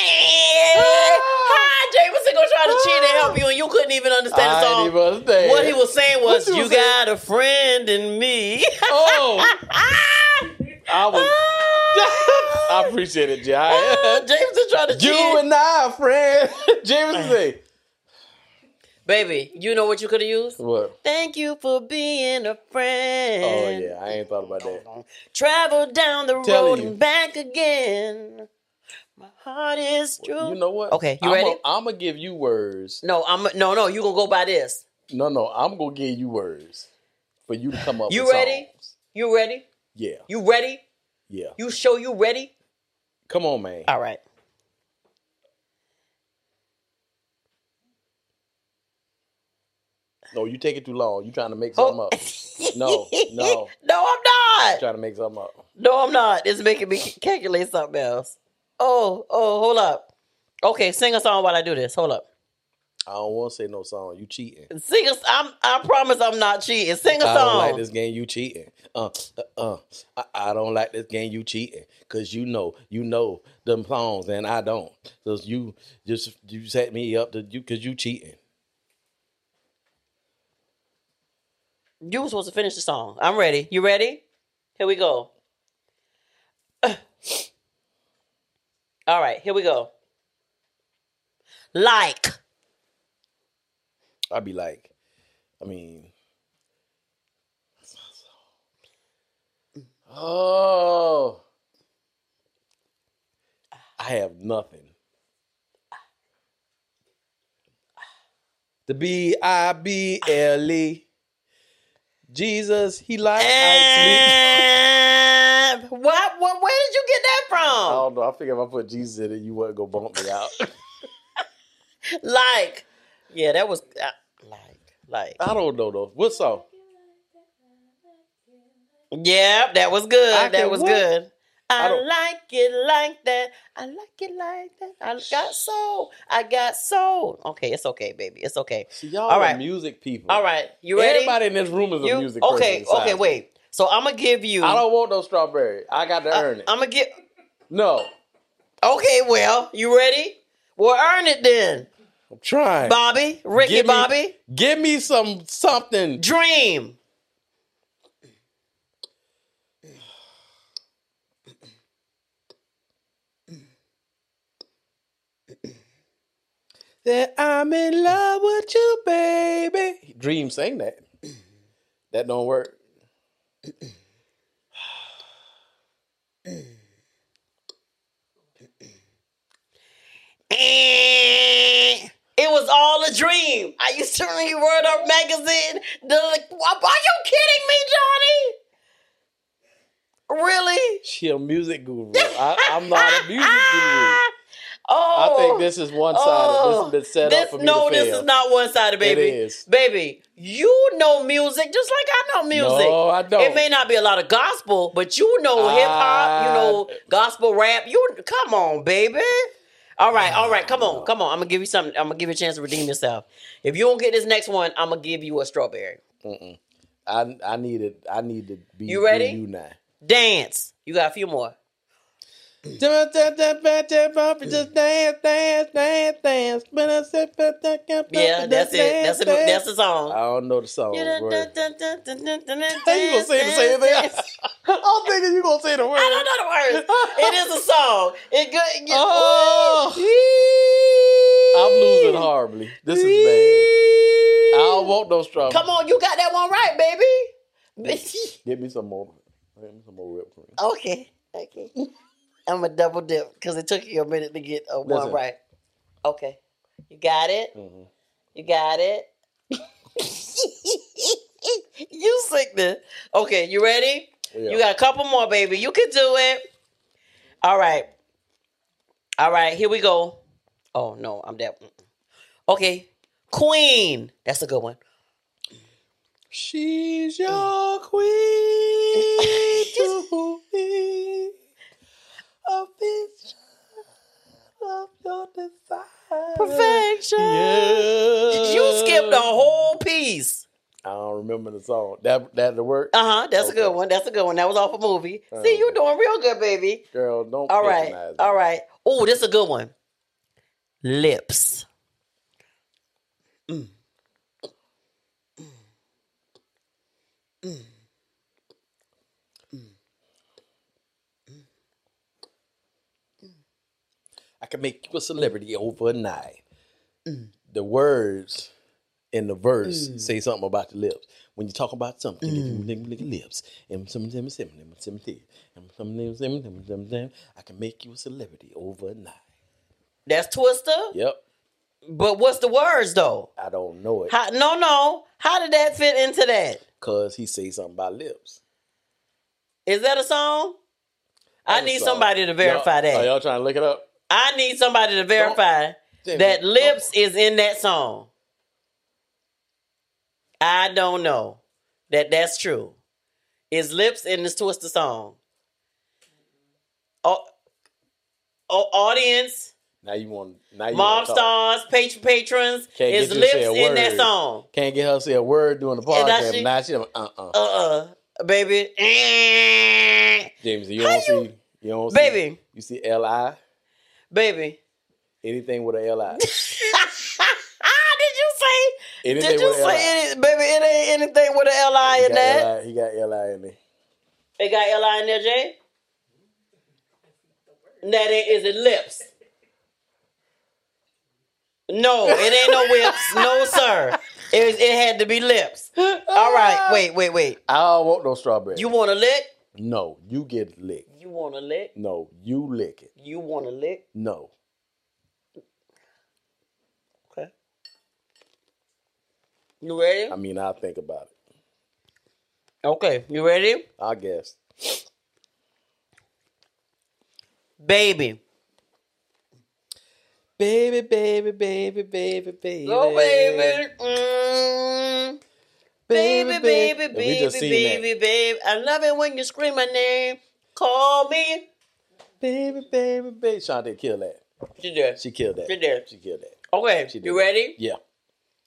[SPEAKER 2] Hi, Jameson gonna try to cheat and help you, and you couldn't even understand the
[SPEAKER 1] I
[SPEAKER 2] song.
[SPEAKER 1] ain't even understand.
[SPEAKER 2] What he was saying was,
[SPEAKER 1] What
[SPEAKER 2] "You
[SPEAKER 1] you was saying?"
[SPEAKER 2] got a friend in me."
[SPEAKER 1] Oh, I was. I appreciate it, Jai.
[SPEAKER 2] Jameson trying to cheat.
[SPEAKER 1] you and I, friend. Jameson. say,
[SPEAKER 2] Baby, you know what you could have used?
[SPEAKER 1] What?
[SPEAKER 2] Thank you for being a friend.
[SPEAKER 1] Oh yeah, I ain't thought about that.
[SPEAKER 2] Travel down the
[SPEAKER 1] Telling
[SPEAKER 2] road
[SPEAKER 1] you.
[SPEAKER 2] and back again. My heart is true.
[SPEAKER 1] You know what?
[SPEAKER 2] Okay, you
[SPEAKER 1] I'm
[SPEAKER 2] ready?
[SPEAKER 1] i I'm gonna give you words.
[SPEAKER 2] no, I'm no, no. You gonna go by this?
[SPEAKER 1] No, no, I'm gonna give you words for you to come up.
[SPEAKER 2] You
[SPEAKER 1] with
[SPEAKER 2] ready?
[SPEAKER 1] songs.
[SPEAKER 2] You ready?
[SPEAKER 1] Yeah,
[SPEAKER 2] You ready?
[SPEAKER 1] yeah.
[SPEAKER 2] You show you ready?
[SPEAKER 1] Come on, man.
[SPEAKER 2] All right.
[SPEAKER 1] No, you take it too long. You trying to make something up. No, no.
[SPEAKER 2] Oh. no, I'm not.
[SPEAKER 1] trying to make something up.
[SPEAKER 2] No, I'm not. It's making me calculate something else. Oh, oh, hold up. Okay, sing a song while I do this. Hold up.
[SPEAKER 1] I don't want to say no song. You cheating.
[SPEAKER 2] Sing a. I'm. I promise I'm not cheating. Sing a
[SPEAKER 1] I don't
[SPEAKER 2] song.
[SPEAKER 1] like this game. You cheating. Uh, uh, uh. I, I don't like this game. You cheating. Cause you know, you know them songs, and I don't. So you just you set me up to you. Cause you cheating.
[SPEAKER 2] You were supposed to finish the song. I'm ready. You ready? Here we go. All right, here we go. Like.
[SPEAKER 1] I'd be like, I mean, oh, I have nothing. The B I B L E. Jesus, he like I
[SPEAKER 2] And what, what? Where did you get that
[SPEAKER 1] I
[SPEAKER 2] from?
[SPEAKER 1] don't know. I figure if I put Jesus in it, you wouldn't go bump me out.
[SPEAKER 2] Like. Yeah, that was uh, like like.
[SPEAKER 1] I don't know though. What song?
[SPEAKER 2] Yep, that was good.
[SPEAKER 1] I
[SPEAKER 2] that
[SPEAKER 1] can
[SPEAKER 2] was
[SPEAKER 1] what?
[SPEAKER 2] good.
[SPEAKER 1] I
[SPEAKER 2] I,
[SPEAKER 1] don't-
[SPEAKER 2] like it like that. I like it like that. I got sold. I got sold. Okay, it's okay, baby. It's okay.
[SPEAKER 1] See, y'all
[SPEAKER 2] All
[SPEAKER 1] are
[SPEAKER 2] right.
[SPEAKER 1] music people.
[SPEAKER 2] All right, you ready?
[SPEAKER 1] Everybody in this room is a
[SPEAKER 2] You-
[SPEAKER 1] music person.
[SPEAKER 2] okay,
[SPEAKER 1] besides
[SPEAKER 2] okay,
[SPEAKER 1] me.
[SPEAKER 2] wait. So I'm gonna give you.
[SPEAKER 1] I don't want no strawberry. I got to earn it.
[SPEAKER 2] I'm gonna get.
[SPEAKER 1] no,
[SPEAKER 2] Okay, well, you ready? Well, earn it then,
[SPEAKER 1] I'm trying.
[SPEAKER 2] Bobby, Ricky,
[SPEAKER 1] Give me-
[SPEAKER 2] Bobby.
[SPEAKER 1] Give me some something.
[SPEAKER 2] Dream.
[SPEAKER 1] That I'm in love with you, baby. Dream sang that. That don't work.
[SPEAKER 2] Eh, It was all a dream. I used to read Word Up magazine. The, are you kidding me, Johnny? Really?
[SPEAKER 1] She a music guru. I, I'm not a music guru. I
[SPEAKER 2] Oh,
[SPEAKER 1] think this is one sided. this
[SPEAKER 2] oh,
[SPEAKER 1] has been set
[SPEAKER 2] this-
[SPEAKER 1] up for me
[SPEAKER 2] No,
[SPEAKER 1] to fail.
[SPEAKER 2] this is not one sided, baby.
[SPEAKER 1] is.
[SPEAKER 2] Baby, you know music just like I know music.
[SPEAKER 1] No, I don't.
[SPEAKER 2] It may not be a lot of gospel, but you know hip hop, you
[SPEAKER 1] I-
[SPEAKER 2] know gospel rap. You come on, baby. All right, all right, come on, come on. I'm gonna give you something. I'm gonna give you a chance to redeem yourself. If you don't get this next one, I'm gonna give you a strawberry.
[SPEAKER 1] I I need it. I need to be
[SPEAKER 2] You ready?
[SPEAKER 1] be You now.
[SPEAKER 2] Dance. You got a few more.
[SPEAKER 1] Just dance, dance, dance, dance.
[SPEAKER 2] Yeah,
[SPEAKER 1] Yeah,
[SPEAKER 2] that's it. That's it. That's the
[SPEAKER 1] I
[SPEAKER 2] song.
[SPEAKER 1] don't know the song.
[SPEAKER 2] You
[SPEAKER 1] bro.
[SPEAKER 2] gonna
[SPEAKER 1] Oh, you gonna
[SPEAKER 2] say the
[SPEAKER 1] say the same thing? I'm thinking you gonna say the word.
[SPEAKER 2] I don't know the words. It is a song. It good. You,
[SPEAKER 1] Oh. I'm losing horribly. This is bad. I don't want no strawberry.
[SPEAKER 2] Come on, you got that one right, baby.
[SPEAKER 1] Get me some more. Get me some more whipped cream.
[SPEAKER 2] okay, okay. I'm a double dip because it took you a minute to get uh, one
[SPEAKER 1] Listen.
[SPEAKER 2] right. Okay, you got it.
[SPEAKER 1] Mhm.
[SPEAKER 2] You got it. you sickness. Okay, you ready?
[SPEAKER 1] Yeah.
[SPEAKER 2] You got a couple more, baby. You can do it. All right. All right, here we go. Oh, no, I'm that. mm-mm. Okay, Queen. That's a good one.
[SPEAKER 1] She's
[SPEAKER 2] Mm.
[SPEAKER 1] your queen to be a vision of your desire.
[SPEAKER 2] Perfection.
[SPEAKER 1] Yeah.
[SPEAKER 2] You skipped a whole piece.
[SPEAKER 1] I don't remember the song. That that the work,
[SPEAKER 2] Uh huh. That's a good
[SPEAKER 1] Okay.
[SPEAKER 2] one. That's a good one. That was off a movie.
[SPEAKER 1] Uh,
[SPEAKER 2] See, you doing real good, baby.
[SPEAKER 1] girl. Don't
[SPEAKER 2] All right.
[SPEAKER 1] patronize me.
[SPEAKER 2] All right. Oh, this is a good one. Lips.
[SPEAKER 1] I can make you a celebrity overnight.
[SPEAKER 2] Mm.
[SPEAKER 1] The words in the verse say something about your lips. When you talk about something, mm. you look at lips. And some them, some them, some them, and some them, some them, some them. I can make you a celebrity overnight.
[SPEAKER 2] That's Twister.
[SPEAKER 1] Yep,
[SPEAKER 2] But what's the words though?
[SPEAKER 1] I don't know it
[SPEAKER 2] How, no, no. How did that fit into that?
[SPEAKER 1] because he say something about lips.
[SPEAKER 2] Is that a song? I
[SPEAKER 1] That's a
[SPEAKER 2] need
[SPEAKER 1] song.
[SPEAKER 2] somebody to verify
[SPEAKER 1] Y'all-
[SPEAKER 2] that.
[SPEAKER 1] Are y'all trying to look it up?
[SPEAKER 2] I need somebody to verify
[SPEAKER 1] Don't-
[SPEAKER 2] that
[SPEAKER 1] Don't-
[SPEAKER 2] lips is in that song. I don't know that that's true. Is lips in this Twister song? Oh, oh audience,
[SPEAKER 1] Now you want now you want
[SPEAKER 2] mob
[SPEAKER 1] to talk.
[SPEAKER 2] stars, patron patrons,
[SPEAKER 1] Can't get you
[SPEAKER 2] is
[SPEAKER 1] to
[SPEAKER 2] lips
[SPEAKER 1] say a
[SPEAKER 2] in that
[SPEAKER 1] word.
[SPEAKER 2] song?
[SPEAKER 1] Can't get her to say a word during the
[SPEAKER 2] And now
[SPEAKER 1] podcast. but
[SPEAKER 2] she-
[SPEAKER 1] Now she, uh uh
[SPEAKER 2] Uh, uh baby. Eh.
[SPEAKER 1] James, you
[SPEAKER 2] How
[SPEAKER 1] don't
[SPEAKER 2] you-
[SPEAKER 1] see you don't see
[SPEAKER 2] Baby.
[SPEAKER 1] you see L I
[SPEAKER 2] baby.
[SPEAKER 1] anything with a L I.
[SPEAKER 2] Did you say
[SPEAKER 1] Anything
[SPEAKER 2] Did you
[SPEAKER 1] with LI.
[SPEAKER 2] say any, baby? It ain't anything with an li
[SPEAKER 1] He
[SPEAKER 2] in that.
[SPEAKER 1] got LI, he got LI in there.
[SPEAKER 2] It got li in there, Jay. That ain't, is it lips? No, it ain't no lips. No, sir. It, it had to be lips. All right, wait, wait, wait.
[SPEAKER 1] I don't want no strawberry.
[SPEAKER 2] You want to lick?
[SPEAKER 1] no, you get licked.
[SPEAKER 2] You want to lick?
[SPEAKER 1] No, you lick it.
[SPEAKER 2] You want to lick?
[SPEAKER 1] No.
[SPEAKER 2] Okay. You ready?
[SPEAKER 1] I mean, I'll think about it.
[SPEAKER 2] Okay, you ready?
[SPEAKER 1] I guess.
[SPEAKER 2] Baby.
[SPEAKER 1] Baby, baby, baby, baby, baby.
[SPEAKER 2] Go, baby. Mm. Baby, baby,
[SPEAKER 1] And we
[SPEAKER 2] baby,
[SPEAKER 1] just seen
[SPEAKER 2] baby, baby. I love it when you scream my name. Call me.
[SPEAKER 1] that. Baby, baby, baby. Shantae killed that.
[SPEAKER 2] She did.
[SPEAKER 1] She killed
[SPEAKER 2] She
[SPEAKER 1] that.
[SPEAKER 2] did.
[SPEAKER 1] She killed that.
[SPEAKER 2] Okay,
[SPEAKER 1] She did.
[SPEAKER 2] you ready?
[SPEAKER 1] Yeah.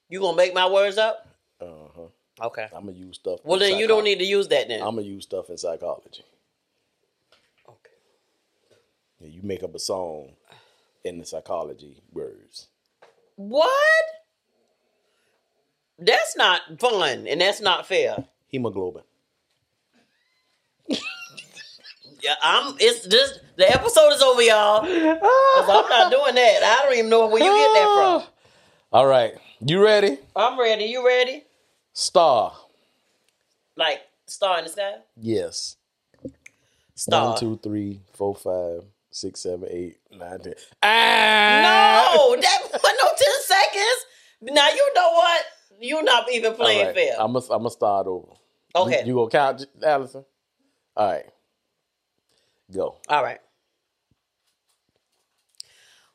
[SPEAKER 2] You gonna make my words up?
[SPEAKER 1] Uh huh.
[SPEAKER 2] Okay.
[SPEAKER 1] I'm gonna use stuff.
[SPEAKER 2] Well, then you don't need to use that then.
[SPEAKER 1] I'm gonna use stuff in psychology.
[SPEAKER 2] okay.
[SPEAKER 1] Yeah, You make up a song in the psychology words.
[SPEAKER 2] What? That's not fun, and that's not fair.
[SPEAKER 1] Hemoglobin.
[SPEAKER 2] Yeah, I'm. It's just the episode is over, y'all. 'Cause I'm not doing that. I don't even know where you get that from.
[SPEAKER 1] All right. You ready?
[SPEAKER 2] I'm ready. You ready?
[SPEAKER 1] Star.
[SPEAKER 2] Like star in the sky.
[SPEAKER 1] Yes.
[SPEAKER 2] Star.
[SPEAKER 1] One, two, three, four, five, six, seven, eight, nine, ten. Ah!
[SPEAKER 2] No, that was no ten seconds. Now you know what? You're not even playing fair.
[SPEAKER 1] I'm gonna I'm start over.
[SPEAKER 2] okay.
[SPEAKER 1] You, you gonna count, Allison? All right. Go.
[SPEAKER 2] All right.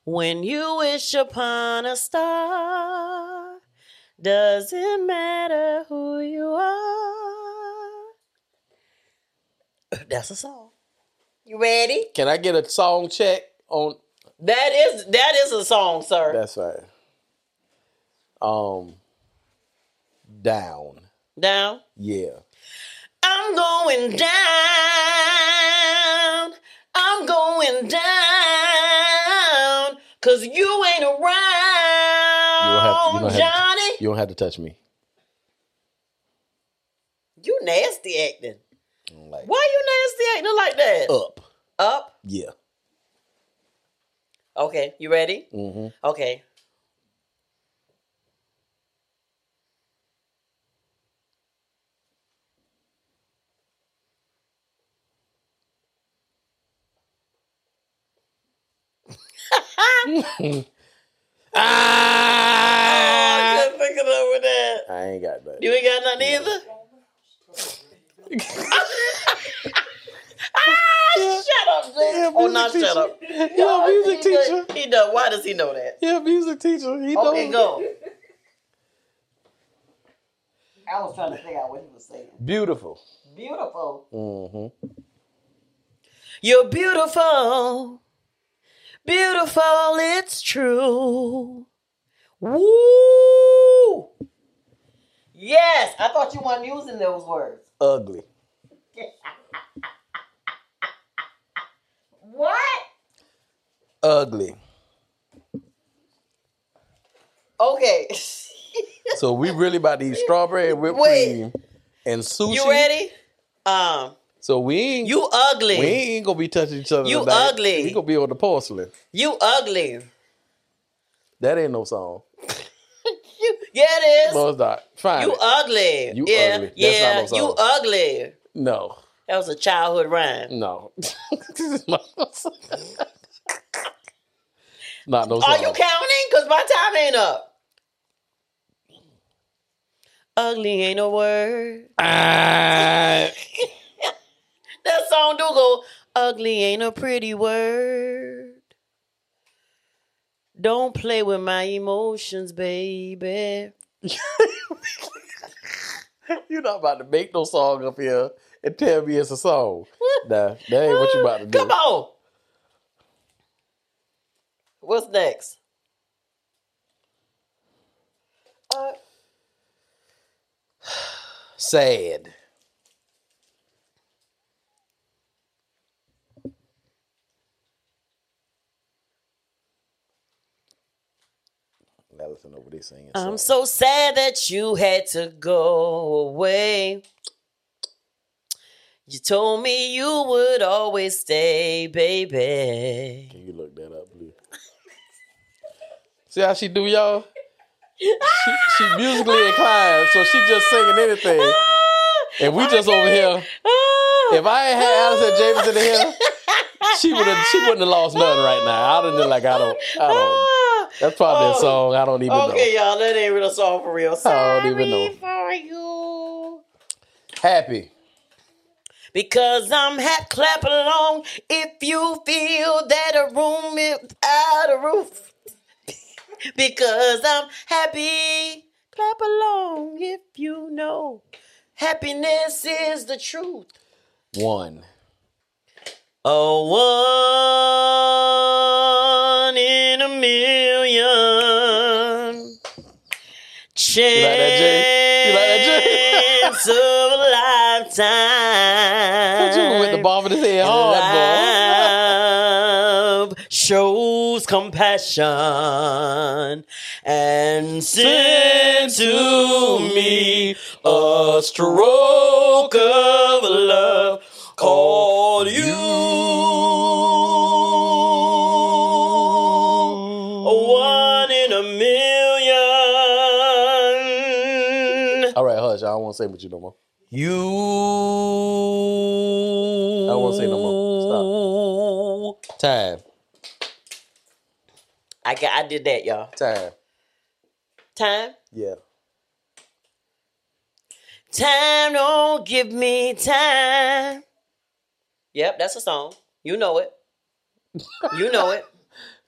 [SPEAKER 2] When you wish upon a star, doesn't matter who you are. That's a song. You ready?
[SPEAKER 1] Can I get a song check on?
[SPEAKER 2] That is that is a song, sir.
[SPEAKER 1] That's right. Um. Down.
[SPEAKER 2] down.
[SPEAKER 1] Yeah.
[SPEAKER 2] I'm going down. I'm going down. Cause you ain't around,
[SPEAKER 1] You don't have- you don't have-
[SPEAKER 2] Johnny.
[SPEAKER 1] You don't have to touch me.
[SPEAKER 2] You nasty acting.
[SPEAKER 1] I don't Like
[SPEAKER 2] Why you nasty acting like that?
[SPEAKER 1] up.
[SPEAKER 2] Up.
[SPEAKER 1] Yeah.
[SPEAKER 2] Okay, you ready?
[SPEAKER 1] Mm-hmm.
[SPEAKER 2] Okay. Oh, I
[SPEAKER 1] Ah!
[SPEAKER 2] couldn't think of over that.
[SPEAKER 1] I ain't got that.
[SPEAKER 2] You ain't got nothing either? ah, shut up, Jay.
[SPEAKER 1] Yeah,
[SPEAKER 2] oh, no,
[SPEAKER 1] music
[SPEAKER 2] shut up. Oh,
[SPEAKER 1] teacher. Yeah, music
[SPEAKER 2] he does-
[SPEAKER 1] teacher.
[SPEAKER 2] He does. Why does he know that?
[SPEAKER 1] Yeah, music teacher. He
[SPEAKER 2] Okay,
[SPEAKER 1] knows.
[SPEAKER 2] go. I was trying to figure out what he was saying.
[SPEAKER 1] Beautiful.
[SPEAKER 2] Beautiful.
[SPEAKER 1] Mm-hmm.
[SPEAKER 2] You're beautiful. Beautiful, it's true. Woo! Yes, I thought you weren't using those words.
[SPEAKER 1] Ugly.
[SPEAKER 2] What?
[SPEAKER 1] Ugly.
[SPEAKER 2] Okay.
[SPEAKER 1] So we really about to eat strawberry and whipped
[SPEAKER 2] Wait.
[SPEAKER 1] cream and sushi.
[SPEAKER 2] you ready? Um,
[SPEAKER 1] So we ain't
[SPEAKER 2] you ugly.
[SPEAKER 1] we ain't gonna be touching each other.
[SPEAKER 2] You
[SPEAKER 1] tonight.
[SPEAKER 2] ugly.
[SPEAKER 1] We gonna be on the porcelain.
[SPEAKER 2] You ugly.
[SPEAKER 1] That ain't no song.
[SPEAKER 2] You, yeah, it is.
[SPEAKER 1] No, it's not. Fine.
[SPEAKER 2] you
[SPEAKER 1] it.
[SPEAKER 2] ugly.
[SPEAKER 1] You
[SPEAKER 2] yeah,
[SPEAKER 1] ugly. That's
[SPEAKER 2] yeah.
[SPEAKER 1] not no
[SPEAKER 2] you
[SPEAKER 1] song.
[SPEAKER 2] ugly.
[SPEAKER 1] no.
[SPEAKER 2] That was a childhood rhyme.
[SPEAKER 1] No. This is not no song. Not no song.
[SPEAKER 2] Are you counting? Cause my time ain't up. Ugly ain't a word.
[SPEAKER 1] Ah.
[SPEAKER 2] That song do go. Ugly ain't a pretty word. Don't play with my emotions, baby.
[SPEAKER 1] You're not about to make no song up here and tell me it's a song. nah, that ain't what you about to do.
[SPEAKER 2] Come on. What's next? Uh,
[SPEAKER 1] Sad. Allison over there singing.
[SPEAKER 2] I'm
[SPEAKER 1] songs.
[SPEAKER 2] so sad that you had to go away. You told me you would always stay, baby.
[SPEAKER 1] Can you look that up, Blue? See how she do, y'all? She, she musically inclined, so she just singing
[SPEAKER 2] Ah,
[SPEAKER 1] anything. And we just over here. If I ain't had Allison James in the here, she would have she wouldn't have lost nothing right now. I don't know, like I don't I don't that's probably a
[SPEAKER 2] Oh.
[SPEAKER 1] song I don't even
[SPEAKER 2] Okay,
[SPEAKER 1] know.
[SPEAKER 2] y'all, that ain't real song for real.
[SPEAKER 1] I
[SPEAKER 2] Sorry
[SPEAKER 1] don't even know.
[SPEAKER 2] for you.
[SPEAKER 1] Happy.
[SPEAKER 2] Because I'm hat clap along if you feel that a room is out of roof. because I'm happy. Clap along if you know happiness is the truth.
[SPEAKER 1] One.
[SPEAKER 2] A one in a million. Chance
[SPEAKER 1] like that, Jay? You like that,
[SPEAKER 2] of a lifetime.
[SPEAKER 1] What you with the Oh, bomb in his head hard, boy?
[SPEAKER 2] Love shows compassion and send to me a stroke of love called you. A one in a million.
[SPEAKER 1] All right, hush. I don't want to say with you no more.
[SPEAKER 2] You.
[SPEAKER 1] I don't want to say no more. Stop. Time.
[SPEAKER 2] I got. I did that, y'all.
[SPEAKER 1] Time.
[SPEAKER 2] Time.
[SPEAKER 1] Yeah.
[SPEAKER 2] Time don't give me time. Yep, that's a song. You know it. You know it.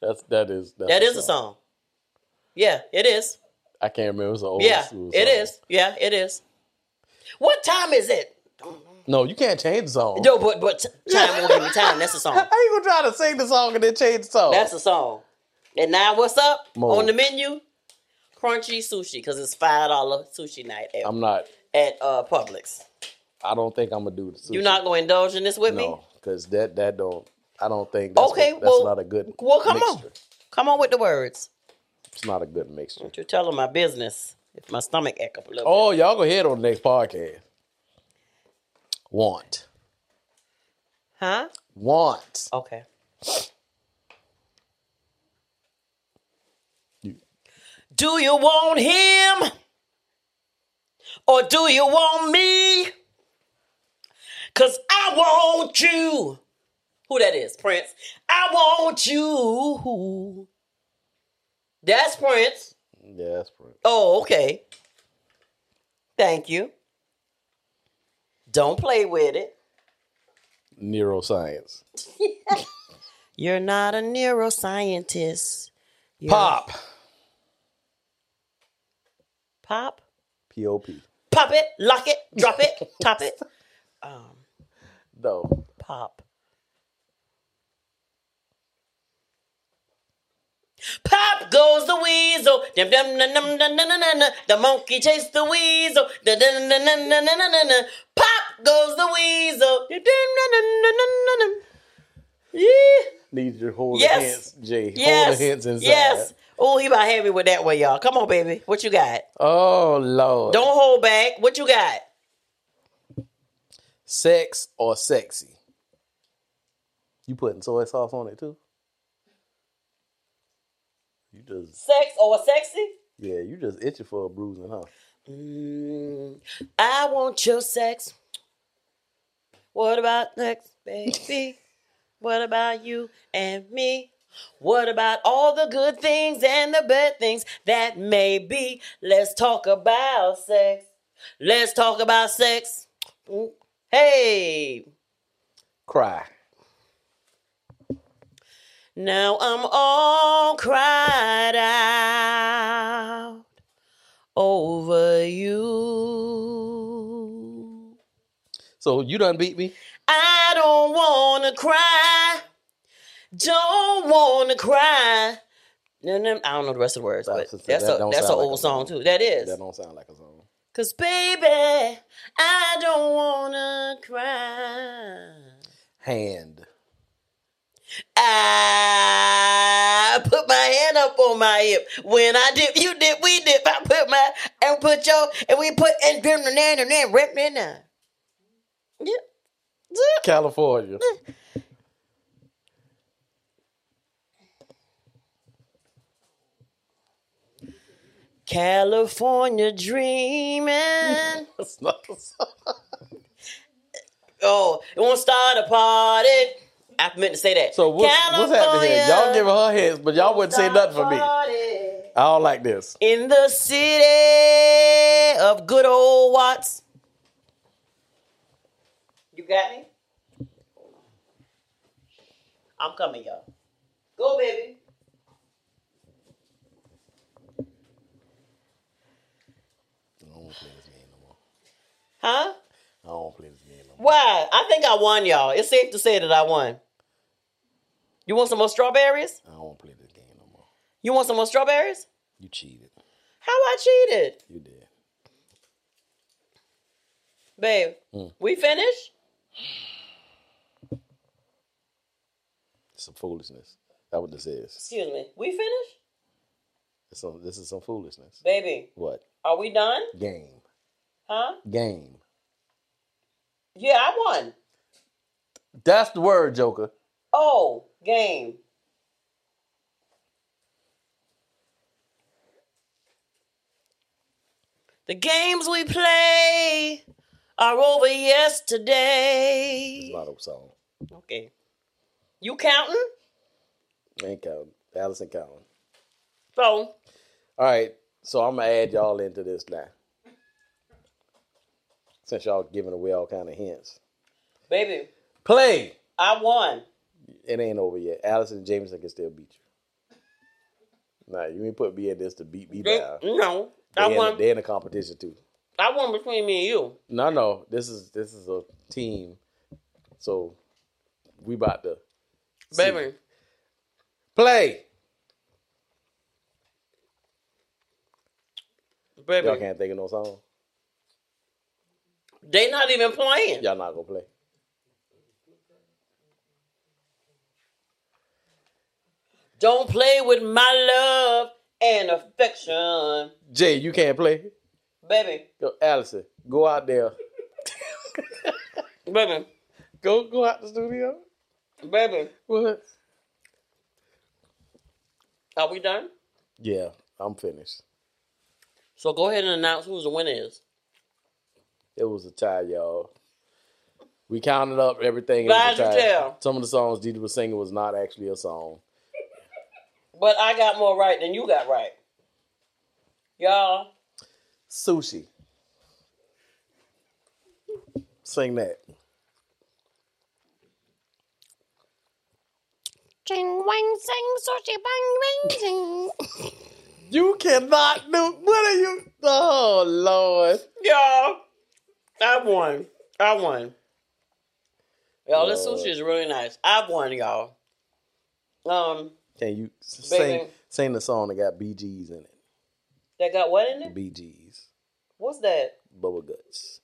[SPEAKER 1] That's that is that's
[SPEAKER 2] That is a song. Yeah, it is.
[SPEAKER 1] I can't remember. It's an old.
[SPEAKER 2] Yeah,
[SPEAKER 1] it was
[SPEAKER 2] it
[SPEAKER 1] an
[SPEAKER 2] is. Yeah, it is. What time is it?
[SPEAKER 1] old- No, you can't change the song.
[SPEAKER 2] No, but but t- time won't give me time. That's a
[SPEAKER 1] I
[SPEAKER 2] song.
[SPEAKER 1] ain't gonna try to sing the song and then change the song.
[SPEAKER 2] That's a song. And now what's up
[SPEAKER 1] Mo.
[SPEAKER 2] on the menu? Crunchy sushi because it's five dollar sushi night at,
[SPEAKER 1] I'm not.
[SPEAKER 2] at uh, Publix.
[SPEAKER 1] I don't think I'm gonna do the. Sushi.
[SPEAKER 2] You not gonna indulge in this with me?
[SPEAKER 1] No, because that that don't. I don't think. That's
[SPEAKER 2] Okay,
[SPEAKER 1] what-
[SPEAKER 2] well-
[SPEAKER 1] that's not a good.
[SPEAKER 2] well, come on.
[SPEAKER 1] mixture.
[SPEAKER 2] Come on with the words.
[SPEAKER 1] It's not a good mixture.
[SPEAKER 2] You're telling my business. If my stomach ache up a little.
[SPEAKER 1] Oh, y'all go ahead on the next podcast. Want,
[SPEAKER 2] bit. huh?
[SPEAKER 1] want.
[SPEAKER 2] Okay.
[SPEAKER 1] You-
[SPEAKER 2] Do you want him? Or do you want me? Cause I want you. Who that is? Prince. I want you. That's Prince.
[SPEAKER 1] Yeah, that's right.
[SPEAKER 2] Oh, okay. Thank you. Don't play with it.
[SPEAKER 1] Neuroscience.
[SPEAKER 2] You're not a neuroscientist. You're-
[SPEAKER 1] Pop.
[SPEAKER 2] Pop.
[SPEAKER 1] P O P.
[SPEAKER 2] Pop it, lock it, drop it, top it. Um,
[SPEAKER 1] No.
[SPEAKER 2] pop. Pop goes the weasel. Dum dum dum dum dum dum dum dum. The monkey chased the weasel. Dum dum dum dum dum dum dum dum. Pop goes the weasel. Dum dum dum dum dum dum dum. Yeah.
[SPEAKER 1] Need your hold
[SPEAKER 2] Yes.
[SPEAKER 1] the hints, Jay. Hold
[SPEAKER 2] Yes.
[SPEAKER 1] the hints inside.
[SPEAKER 2] Yes. Oh, he about to have me with that one, y'all. Come on, baby. What you got?
[SPEAKER 1] Oh Lord.
[SPEAKER 2] Don't hold back. What you got?
[SPEAKER 1] Sex or sexy? You putting soy sauce on it too? You just
[SPEAKER 2] Sex or sexy?
[SPEAKER 1] yeah, you just itching for a bruising, huh?
[SPEAKER 2] Mm, I want your sex. What about sex, baby? what about you and me? What about all the good things and the bad things that may be? Let's talk about sex. Let's talk about sex. Mm, Hey,
[SPEAKER 1] Cry.
[SPEAKER 2] now I'm all cried out over you.
[SPEAKER 1] So you done beat me?
[SPEAKER 2] I don't wanna cry. Don't wanna cry. No, no, I don't know the rest of the words, but
[SPEAKER 1] That's- that's-
[SPEAKER 2] that's
[SPEAKER 1] that
[SPEAKER 2] a
[SPEAKER 1] don't
[SPEAKER 2] that's an
[SPEAKER 1] sound like
[SPEAKER 2] old
[SPEAKER 1] a
[SPEAKER 2] song
[SPEAKER 1] song.
[SPEAKER 2] too. That is.
[SPEAKER 1] That don't sound like a song.
[SPEAKER 2] Cause baby, I don't wanna cry.
[SPEAKER 1] Hand.
[SPEAKER 2] I put my hand up on my hip. When I dip, you dip, we dip. I put my and put your and we put and grim the nan and then rip me now. Yep. Yep.
[SPEAKER 1] California.
[SPEAKER 2] California dreaming.
[SPEAKER 1] That's not the song.
[SPEAKER 2] Oh, it won't start a party. I meant to say that.
[SPEAKER 1] So what's, what's happening here? Y'all giving her heads, but y'all wouldn't say nothing for me. I
[SPEAKER 2] me.
[SPEAKER 1] don't like this.
[SPEAKER 2] In the city of good old Watts. You got me? I'm coming, y'all. Go, baby.
[SPEAKER 1] I don't want to play this game no more.
[SPEAKER 2] Huh?
[SPEAKER 1] I don't want to play this game no more.
[SPEAKER 2] Why? I think I won, y'all. It's safe to say that I won. You want some more strawberries?
[SPEAKER 1] I don't want to play this game no more.
[SPEAKER 2] You want some more strawberries?
[SPEAKER 1] You cheated.
[SPEAKER 2] How I cheated?
[SPEAKER 1] You did.
[SPEAKER 2] Babe,
[SPEAKER 1] Mm.
[SPEAKER 2] we finished?
[SPEAKER 1] It's some foolishness. That's what this is.
[SPEAKER 2] Excuse me. We finished?
[SPEAKER 1] It's some, this is some foolishness.
[SPEAKER 2] Baby,
[SPEAKER 1] What?
[SPEAKER 2] are we done?
[SPEAKER 1] Game.
[SPEAKER 2] Huh?
[SPEAKER 1] Game.
[SPEAKER 2] Yeah, I won.
[SPEAKER 1] That's the word, Joker.
[SPEAKER 2] Oh, game. The games we play are over
[SPEAKER 1] It's
[SPEAKER 2] yesterday.
[SPEAKER 1] not a song.
[SPEAKER 2] Okay. You counting?
[SPEAKER 1] Ain't counting. Allison counting.
[SPEAKER 2] So,
[SPEAKER 1] All right, so I'm gonna add y'all into this now, since y'all giving away all kind of hints.
[SPEAKER 2] baby,
[SPEAKER 1] Play.
[SPEAKER 2] I won.
[SPEAKER 1] It ain't over yet. Allison Jameson can still beat you. Nah, you ain't put me in this to beat me down.
[SPEAKER 2] No,
[SPEAKER 1] They
[SPEAKER 2] I
[SPEAKER 1] in,
[SPEAKER 2] won.
[SPEAKER 1] they in the competition too.
[SPEAKER 2] I won between me and you.
[SPEAKER 1] No, no, this is this is a team, so we about to
[SPEAKER 2] Baby,
[SPEAKER 1] play. Y'all
[SPEAKER 2] baby,
[SPEAKER 1] can't think of no song.
[SPEAKER 2] they not even playing.
[SPEAKER 1] Y'all not gonna play.
[SPEAKER 2] Don't play with my love and affection,
[SPEAKER 1] Jay, you can't play.
[SPEAKER 2] baby,
[SPEAKER 1] Yo, Allison, go out there.
[SPEAKER 2] baby,
[SPEAKER 1] Go go out the studio.
[SPEAKER 2] baby.
[SPEAKER 1] What?
[SPEAKER 2] Are we done?
[SPEAKER 1] Yeah, I'm finished.
[SPEAKER 2] So go ahead and announce who's the winner is.
[SPEAKER 1] It was a tie, y'all. We counted up everything. It
[SPEAKER 2] Glad
[SPEAKER 1] was
[SPEAKER 2] you
[SPEAKER 1] a tie.
[SPEAKER 2] tell.
[SPEAKER 1] Some of the songs Didi was singing was not actually a song.
[SPEAKER 2] But I got more right than you got right. Y'all,
[SPEAKER 1] Sushi. Sing that.
[SPEAKER 3] Ching wang sing sushi bang wing ching.
[SPEAKER 1] You cannot do. What are you? Oh Lord.
[SPEAKER 2] y'all, I won. I won. Y'all, this
[SPEAKER 1] Lord.
[SPEAKER 2] sushi is really nice. I won, y'all. Um,
[SPEAKER 1] Can you s-
[SPEAKER 2] Baby.
[SPEAKER 1] sing sing the song that got BGs in it?
[SPEAKER 2] that got what in it?
[SPEAKER 1] BGs,
[SPEAKER 2] What's that?
[SPEAKER 1] bubble guts.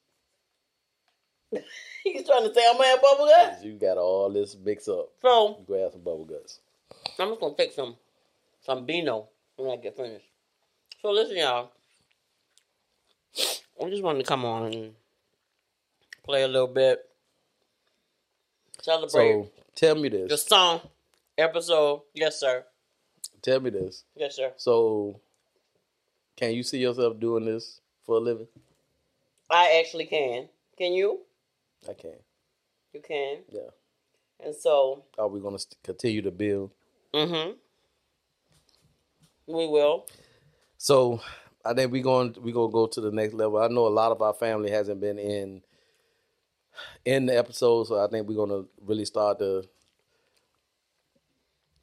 [SPEAKER 2] He's trying to say I'm gonna have bubble gum.
[SPEAKER 1] You got all this mix up.
[SPEAKER 2] So
[SPEAKER 1] You grab some bubble guts.
[SPEAKER 2] I'm just gonna take some some Beano when I get finished. So listen, y'all. I just wanted to come on and play a little bit. Celebrate
[SPEAKER 1] So tell me this.
[SPEAKER 2] the song episode. Yes, sir.
[SPEAKER 1] tell me this.
[SPEAKER 2] Yes, sir.
[SPEAKER 1] So, can you see yourself doing this for a living?
[SPEAKER 2] I actually can. Can you?
[SPEAKER 1] I can.
[SPEAKER 2] You can.
[SPEAKER 1] Yeah.
[SPEAKER 2] And so,
[SPEAKER 1] Are we going to st- continue to build?
[SPEAKER 2] mm-hmm. We will.
[SPEAKER 1] So, I think we're going we going to go to the next level. I know a lot of our family hasn't been in in the episode, so I think we're going to really start to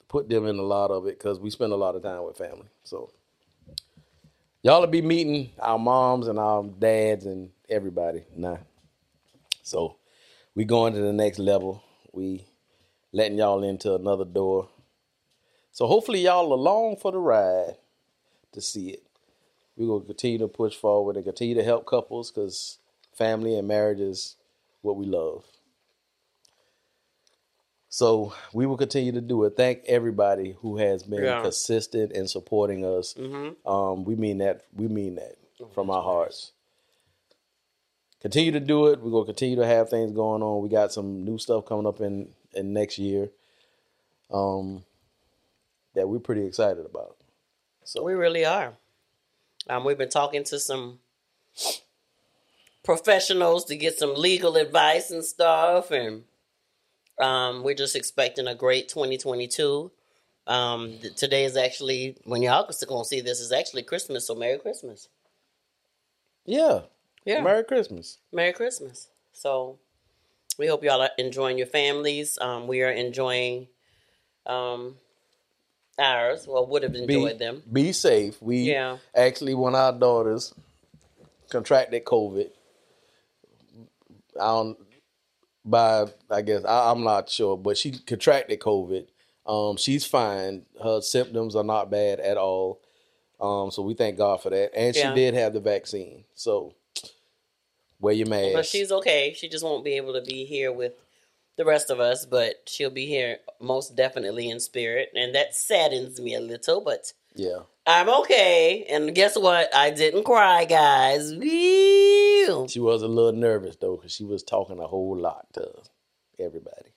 [SPEAKER 1] put them in a lot of it because we spend a lot of time with family. So, y'all will be meeting our moms and our dads and everybody now. So, we going to the next level. We letting y'all into another door. So hopefully y'all along for the ride to see it. We're gonna continue to push forward and continue to help couples because family and marriage is what we love. So we will continue to do it. Thank everybody who has been
[SPEAKER 2] Yeah.
[SPEAKER 1] consistent in supporting us. Um, we mean that. We mean that from our hearts. Continue to do it. We're gonna continue to have things going on. We got some new stuff coming up in in next year. Um, that we're pretty excited about. So
[SPEAKER 2] We really are. Um, we've been talking to some professionals to get some legal advice and stuff, and um, we're just expecting a great 2022. Um, th- today is actually when y'all are gonna see this is actually Christmas, so Merry Christmas.
[SPEAKER 1] yeah,
[SPEAKER 2] Yeah,
[SPEAKER 1] Merry
[SPEAKER 2] Merry,
[SPEAKER 1] Christmas.
[SPEAKER 2] Christmas. So we hope y'all are enjoying your families. Um, we are enjoying um, ours. Well, would have enjoyed them.
[SPEAKER 1] Be safe. We
[SPEAKER 2] Yeah.
[SPEAKER 1] actually, when our daughters contracted COVID, I don't. By I guess I, I'm not sure, but she contracted COVID. Um, she's fine. Her symptoms are not bad at all. Um, so we thank God for that, and
[SPEAKER 2] Yeah.
[SPEAKER 1] she did have the vaccine. So wear your mask.
[SPEAKER 2] But she's okay. She just won't be able to be here with the rest of us, but she'll be here most definitely in spirit. And that saddens me a little, but
[SPEAKER 1] yeah.
[SPEAKER 2] I'm okay. And guess what? I didn't cry, guys. Whew.
[SPEAKER 1] She was a little nervous though, because she was talking a whole lot to everybody.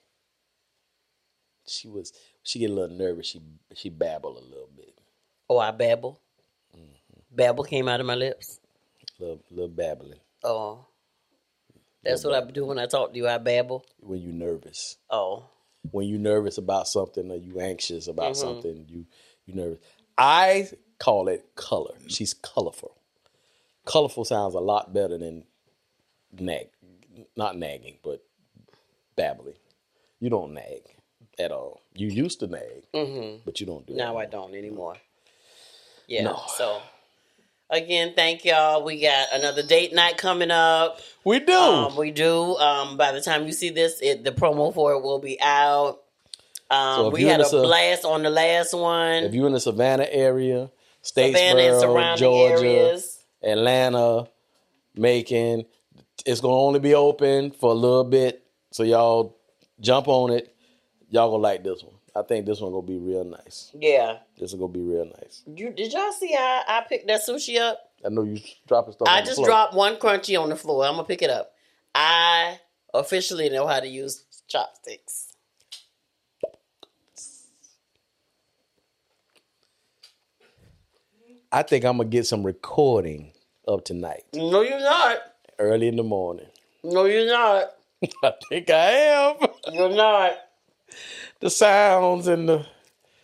[SPEAKER 1] She was she get a little nervous. She she babble a little bit,
[SPEAKER 2] Oh, I babble. Babble came out of my lips.
[SPEAKER 1] little little babbling
[SPEAKER 2] Oh. That's what I do when I talk to you. I babble.
[SPEAKER 1] when you nervous.
[SPEAKER 2] Oh.
[SPEAKER 1] When you nervous about something or you anxious about
[SPEAKER 2] Mm-hmm.
[SPEAKER 1] something, you you nervous. I call it color. She's colorful. Colorful sounds a lot better than nag, not nagging, but babbling. You don't nag at all. You used to nag, but you don't do
[SPEAKER 2] Mm-hmm. Now
[SPEAKER 1] it.
[SPEAKER 2] I don't anymore. Yeah.
[SPEAKER 1] No.
[SPEAKER 2] So again, thank y'all. We got another date night coming up.
[SPEAKER 1] We do.
[SPEAKER 2] Um, we do. Um, by the time you see this, it, the promo for it will be out. Um,
[SPEAKER 1] So if
[SPEAKER 2] we
[SPEAKER 1] you're in
[SPEAKER 2] had
[SPEAKER 1] the
[SPEAKER 2] a
[SPEAKER 1] Sav-
[SPEAKER 2] blast on the last
[SPEAKER 1] if
[SPEAKER 2] one.
[SPEAKER 1] you're in the Savannah area,
[SPEAKER 2] Savannah and
[SPEAKER 1] Statesboro,
[SPEAKER 2] surrounding
[SPEAKER 1] Georgia,
[SPEAKER 2] areas.
[SPEAKER 1] Atlanta, Macon, it's gonna only be open for a little bit. So y'all jump on it. Y'all gonna like this one. I think this one gonna be real nice.
[SPEAKER 2] Yeah.
[SPEAKER 1] This is gonna be real nice.
[SPEAKER 2] You did y'all see how I picked that sushi up?
[SPEAKER 1] I know you dropping stuff.
[SPEAKER 2] I
[SPEAKER 1] on the
[SPEAKER 2] just
[SPEAKER 1] floor.
[SPEAKER 2] dropped one crunchy on the floor. I'm gonna pick it up. I officially know how to use chopsticks.
[SPEAKER 1] I think I'm gonna get some recording up tonight,
[SPEAKER 2] No, you're not.
[SPEAKER 1] early in the morning.
[SPEAKER 2] No, you're not.
[SPEAKER 1] I think I am.
[SPEAKER 2] You're not.
[SPEAKER 1] the sounds and the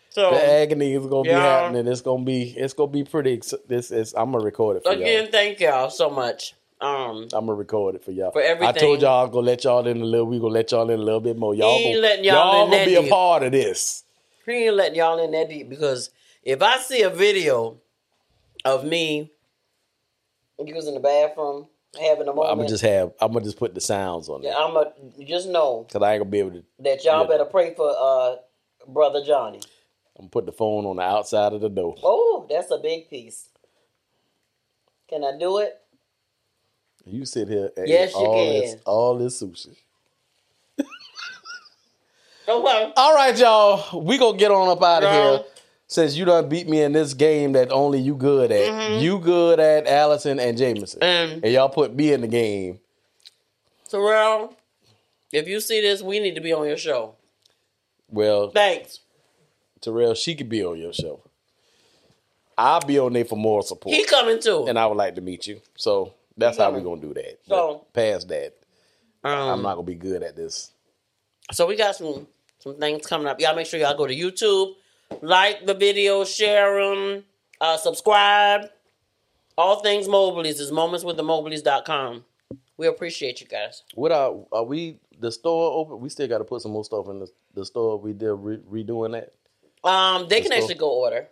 [SPEAKER 2] So
[SPEAKER 1] the agony is gonna be
[SPEAKER 2] Oh. Yeah.
[SPEAKER 1] happening. It's gonna be it's gonna be pretty. Ex- this is I'm gonna record it for
[SPEAKER 2] again,
[SPEAKER 1] y'all.
[SPEAKER 2] thank y'all so much. Um,
[SPEAKER 1] I'm gonna record it for y'all.
[SPEAKER 2] For
[SPEAKER 1] I told
[SPEAKER 2] everything.
[SPEAKER 1] y'all I'm gonna let y'all in a little. We gonna let y'all in a little bit more. Y'all
[SPEAKER 2] He ain't
[SPEAKER 1] gonna,
[SPEAKER 2] letting y'all in
[SPEAKER 1] gonna
[SPEAKER 2] that
[SPEAKER 1] be a
[SPEAKER 2] deep.
[SPEAKER 1] part of this.
[SPEAKER 2] he ain't letting y'all in that deep because if I see a video of me using the bathroom, having a moment,
[SPEAKER 1] I'm gonna just have. I'm gonna just put the sounds on there
[SPEAKER 2] I'm a just know
[SPEAKER 1] because I ain't gonna be able to.
[SPEAKER 2] that y'all
[SPEAKER 1] Yeah.
[SPEAKER 2] better pray for uh brother Johnny.
[SPEAKER 1] I'm gonna put the phone on the outside of the door.
[SPEAKER 2] Oh, that's a big piece. Can I do it?
[SPEAKER 1] You sit here and
[SPEAKER 2] Yes,
[SPEAKER 1] eat
[SPEAKER 2] you
[SPEAKER 1] all
[SPEAKER 2] can.
[SPEAKER 1] this all this sushi.
[SPEAKER 2] Okay.
[SPEAKER 1] All right, y'all. We gonna get on up out of
[SPEAKER 2] No.
[SPEAKER 1] here. Since you done beat me in this game that only you good at,
[SPEAKER 2] Mm-hmm.
[SPEAKER 1] you good at Allison and Jameson,
[SPEAKER 2] Um,
[SPEAKER 1] and y'all put me in the game.
[SPEAKER 2] Terrell, if you see this, we need to be on your show.
[SPEAKER 1] Well,
[SPEAKER 2] Thanks.
[SPEAKER 1] Terrell, she could be on your show. I'll be on there for moral support,
[SPEAKER 2] He coming too.
[SPEAKER 1] and I would like to meet you. So that's how we
[SPEAKER 2] coming.
[SPEAKER 1] gonna do that.
[SPEAKER 2] So-
[SPEAKER 1] But past that, I'm
[SPEAKER 2] Um,
[SPEAKER 1] not gonna be good at this.
[SPEAKER 2] So we got some some things coming up. Y'all make sure y'all go to YouTube, like the video, share them, uh, subscribe. All things Mobleys is momentswiththemobleys.com. We appreciate you guys.
[SPEAKER 1] What are are we? The store open? We still got to put some more stuff in the, the store. We did re- redoing that.
[SPEAKER 2] Um, they can
[SPEAKER 1] Let's go.
[SPEAKER 2] actually go order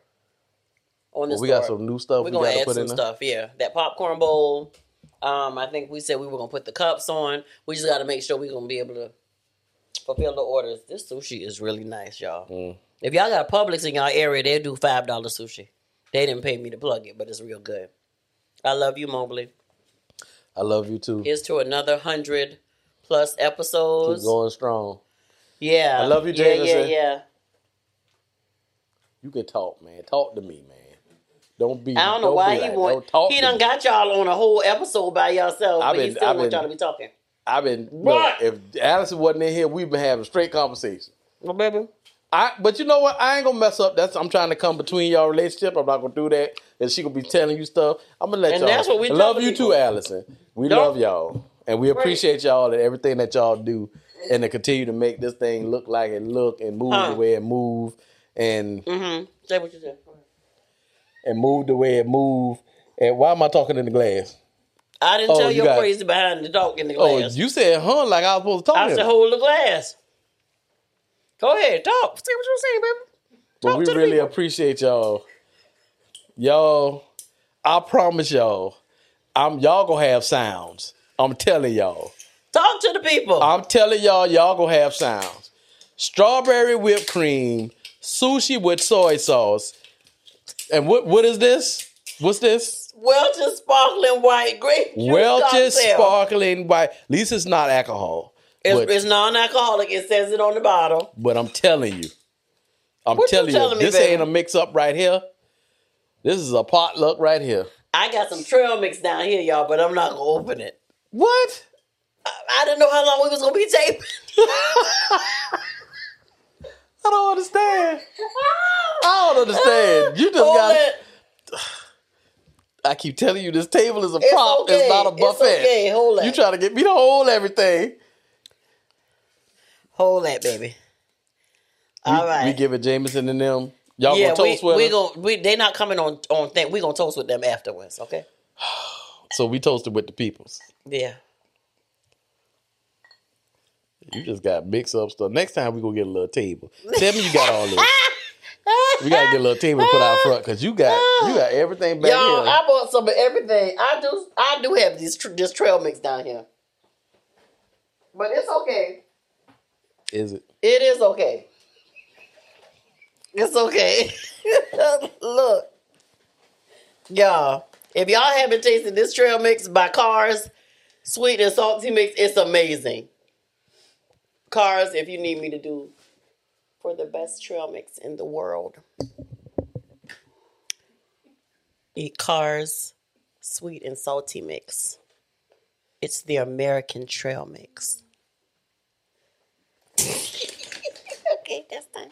[SPEAKER 2] on this.
[SPEAKER 1] we got some new stuff. we
[SPEAKER 2] We're gonna
[SPEAKER 1] got to
[SPEAKER 2] add
[SPEAKER 1] put
[SPEAKER 2] some
[SPEAKER 1] in there.
[SPEAKER 2] stuff. Yeah, that popcorn bowl. Um, I think we said we were gonna put the cups on. We just got to make sure we're gonna be able to fulfill the orders. This sushi is really nice, y'all.
[SPEAKER 1] Mm.
[SPEAKER 2] If y'all got Publix in y'all area, they do five dollar sushi. They didn't pay me to plug it, but it's real good. I love you, Mobley.
[SPEAKER 1] I love you too.
[SPEAKER 2] Here's to another hundred plus
[SPEAKER 1] Keep
[SPEAKER 2] episodes.
[SPEAKER 1] going strong.
[SPEAKER 2] Yeah.
[SPEAKER 1] I love you,
[SPEAKER 2] Yeah, yeah,
[SPEAKER 1] Jameson.
[SPEAKER 2] yeah.
[SPEAKER 1] You can talk, man. Talk to me, man. Don't be.
[SPEAKER 2] I don't know
[SPEAKER 1] be
[SPEAKER 2] why
[SPEAKER 1] like,
[SPEAKER 2] he
[SPEAKER 1] Don't
[SPEAKER 2] want.
[SPEAKER 1] talk
[SPEAKER 2] he
[SPEAKER 1] to
[SPEAKER 2] done
[SPEAKER 1] me.
[SPEAKER 2] got y'all on a whole episode by yourself,
[SPEAKER 1] I've
[SPEAKER 2] but he
[SPEAKER 1] been-
[SPEAKER 2] still
[SPEAKER 1] I've
[SPEAKER 2] want
[SPEAKER 1] been-
[SPEAKER 2] y'all to be talking.
[SPEAKER 1] I've been. Look,
[SPEAKER 2] What?
[SPEAKER 1] if Allison wasn't in here, we've been having straight conversation.
[SPEAKER 2] Well, baby.
[SPEAKER 1] I, but you know what? I ain't gonna mess up. That's I'm trying to come between y'all relationship. I'm not gonna do that. And she gonna be telling you stuff. I'm gonna let
[SPEAKER 2] And
[SPEAKER 1] y'all.
[SPEAKER 2] that's what we
[SPEAKER 1] I love
[SPEAKER 2] tell
[SPEAKER 1] you
[SPEAKER 2] people.
[SPEAKER 1] too, Allison. We
[SPEAKER 2] Don't-
[SPEAKER 1] love y'all, and we appreciate y'all and everything that y'all do, and to continue to make this thing look like it look and move
[SPEAKER 2] Huh.
[SPEAKER 1] the way it move, and
[SPEAKER 2] Mm-hmm. Say what you said.
[SPEAKER 1] and move the way it move. And why am I talking in the glass?
[SPEAKER 2] I didn't
[SPEAKER 1] Oh,
[SPEAKER 2] tell
[SPEAKER 1] you
[SPEAKER 2] your
[SPEAKER 1] got-
[SPEAKER 2] crazy behind the dog in the
[SPEAKER 1] Oh,
[SPEAKER 2] glass.
[SPEAKER 1] you said huh? Like I was supposed to talk.
[SPEAKER 2] I
[SPEAKER 1] to
[SPEAKER 2] said,
[SPEAKER 1] him.
[SPEAKER 2] hold the glass. Go ahead, talk. Say what you saying, baby.
[SPEAKER 1] But
[SPEAKER 2] Talk
[SPEAKER 1] we
[SPEAKER 2] to the
[SPEAKER 1] really
[SPEAKER 2] people.
[SPEAKER 1] appreciate y'all. Y'all, I promise y'all, I'm y'all gonna have sounds. I'm telling y'all.
[SPEAKER 2] Talk to the people.
[SPEAKER 1] I'm telling y'all, y'all gonna have sounds. Strawberry whipped cream, sushi with soy sauce. And what what is this? What's this?
[SPEAKER 2] Welch's sparkling white grape juice
[SPEAKER 1] Welch's
[SPEAKER 2] cocktail.
[SPEAKER 1] sparkling white. At least it's not alcohol.
[SPEAKER 2] It's,
[SPEAKER 1] but,
[SPEAKER 2] it's non-alcohol. It says it on the bottle.
[SPEAKER 1] but I'm telling you, I'm
[SPEAKER 2] What you
[SPEAKER 1] telling you,
[SPEAKER 2] telling me,
[SPEAKER 1] this
[SPEAKER 2] baby?
[SPEAKER 1] ain't a mix up right here. This is a potluck right here.
[SPEAKER 2] I got some trail mix down here, y'all, but I'm not gonna open it.
[SPEAKER 1] What?
[SPEAKER 2] I, I didn't know how long we was gonna be taping.
[SPEAKER 1] I don't understand. I don't understand. You just
[SPEAKER 2] Hold
[SPEAKER 1] got.
[SPEAKER 2] it.
[SPEAKER 1] I keep telling you, this table is a
[SPEAKER 2] It's
[SPEAKER 1] prop.
[SPEAKER 2] okay.
[SPEAKER 1] It's not a buffet.
[SPEAKER 2] It's okay. Hold that.
[SPEAKER 1] You trying to get me to hold everything?
[SPEAKER 2] Hold that, baby. All
[SPEAKER 1] we,
[SPEAKER 2] right.
[SPEAKER 1] we give it Jameson and them. Y'all
[SPEAKER 2] yeah,
[SPEAKER 1] gonna toast
[SPEAKER 2] we,
[SPEAKER 1] with
[SPEAKER 2] we
[SPEAKER 1] us?
[SPEAKER 2] gonna we, they not coming on on thing. We gonna toast with them afterwards. Okay.
[SPEAKER 1] So we toasted with the peoples.
[SPEAKER 2] Yeah.
[SPEAKER 1] You just got mixed up stuff. Next time we gonna get a little table. Tell me you got all this. We gotta get a little table to put out front because you got you got everything back
[SPEAKER 2] Y'all,
[SPEAKER 1] here.
[SPEAKER 2] I bought some of everything. I do, I do have this tr- this trail mix down here, but it's okay.
[SPEAKER 1] Is it?
[SPEAKER 2] It is okay. It's okay. Look, y'all, if y'all haven't tasted this trail mix by Cars, sweet and salty mix, it's amazing. Cars, if you need me to do for the best trail mix in the world, eat Cars sweet and salty mix. It's the American trail mix.
[SPEAKER 3] Okay, that's done.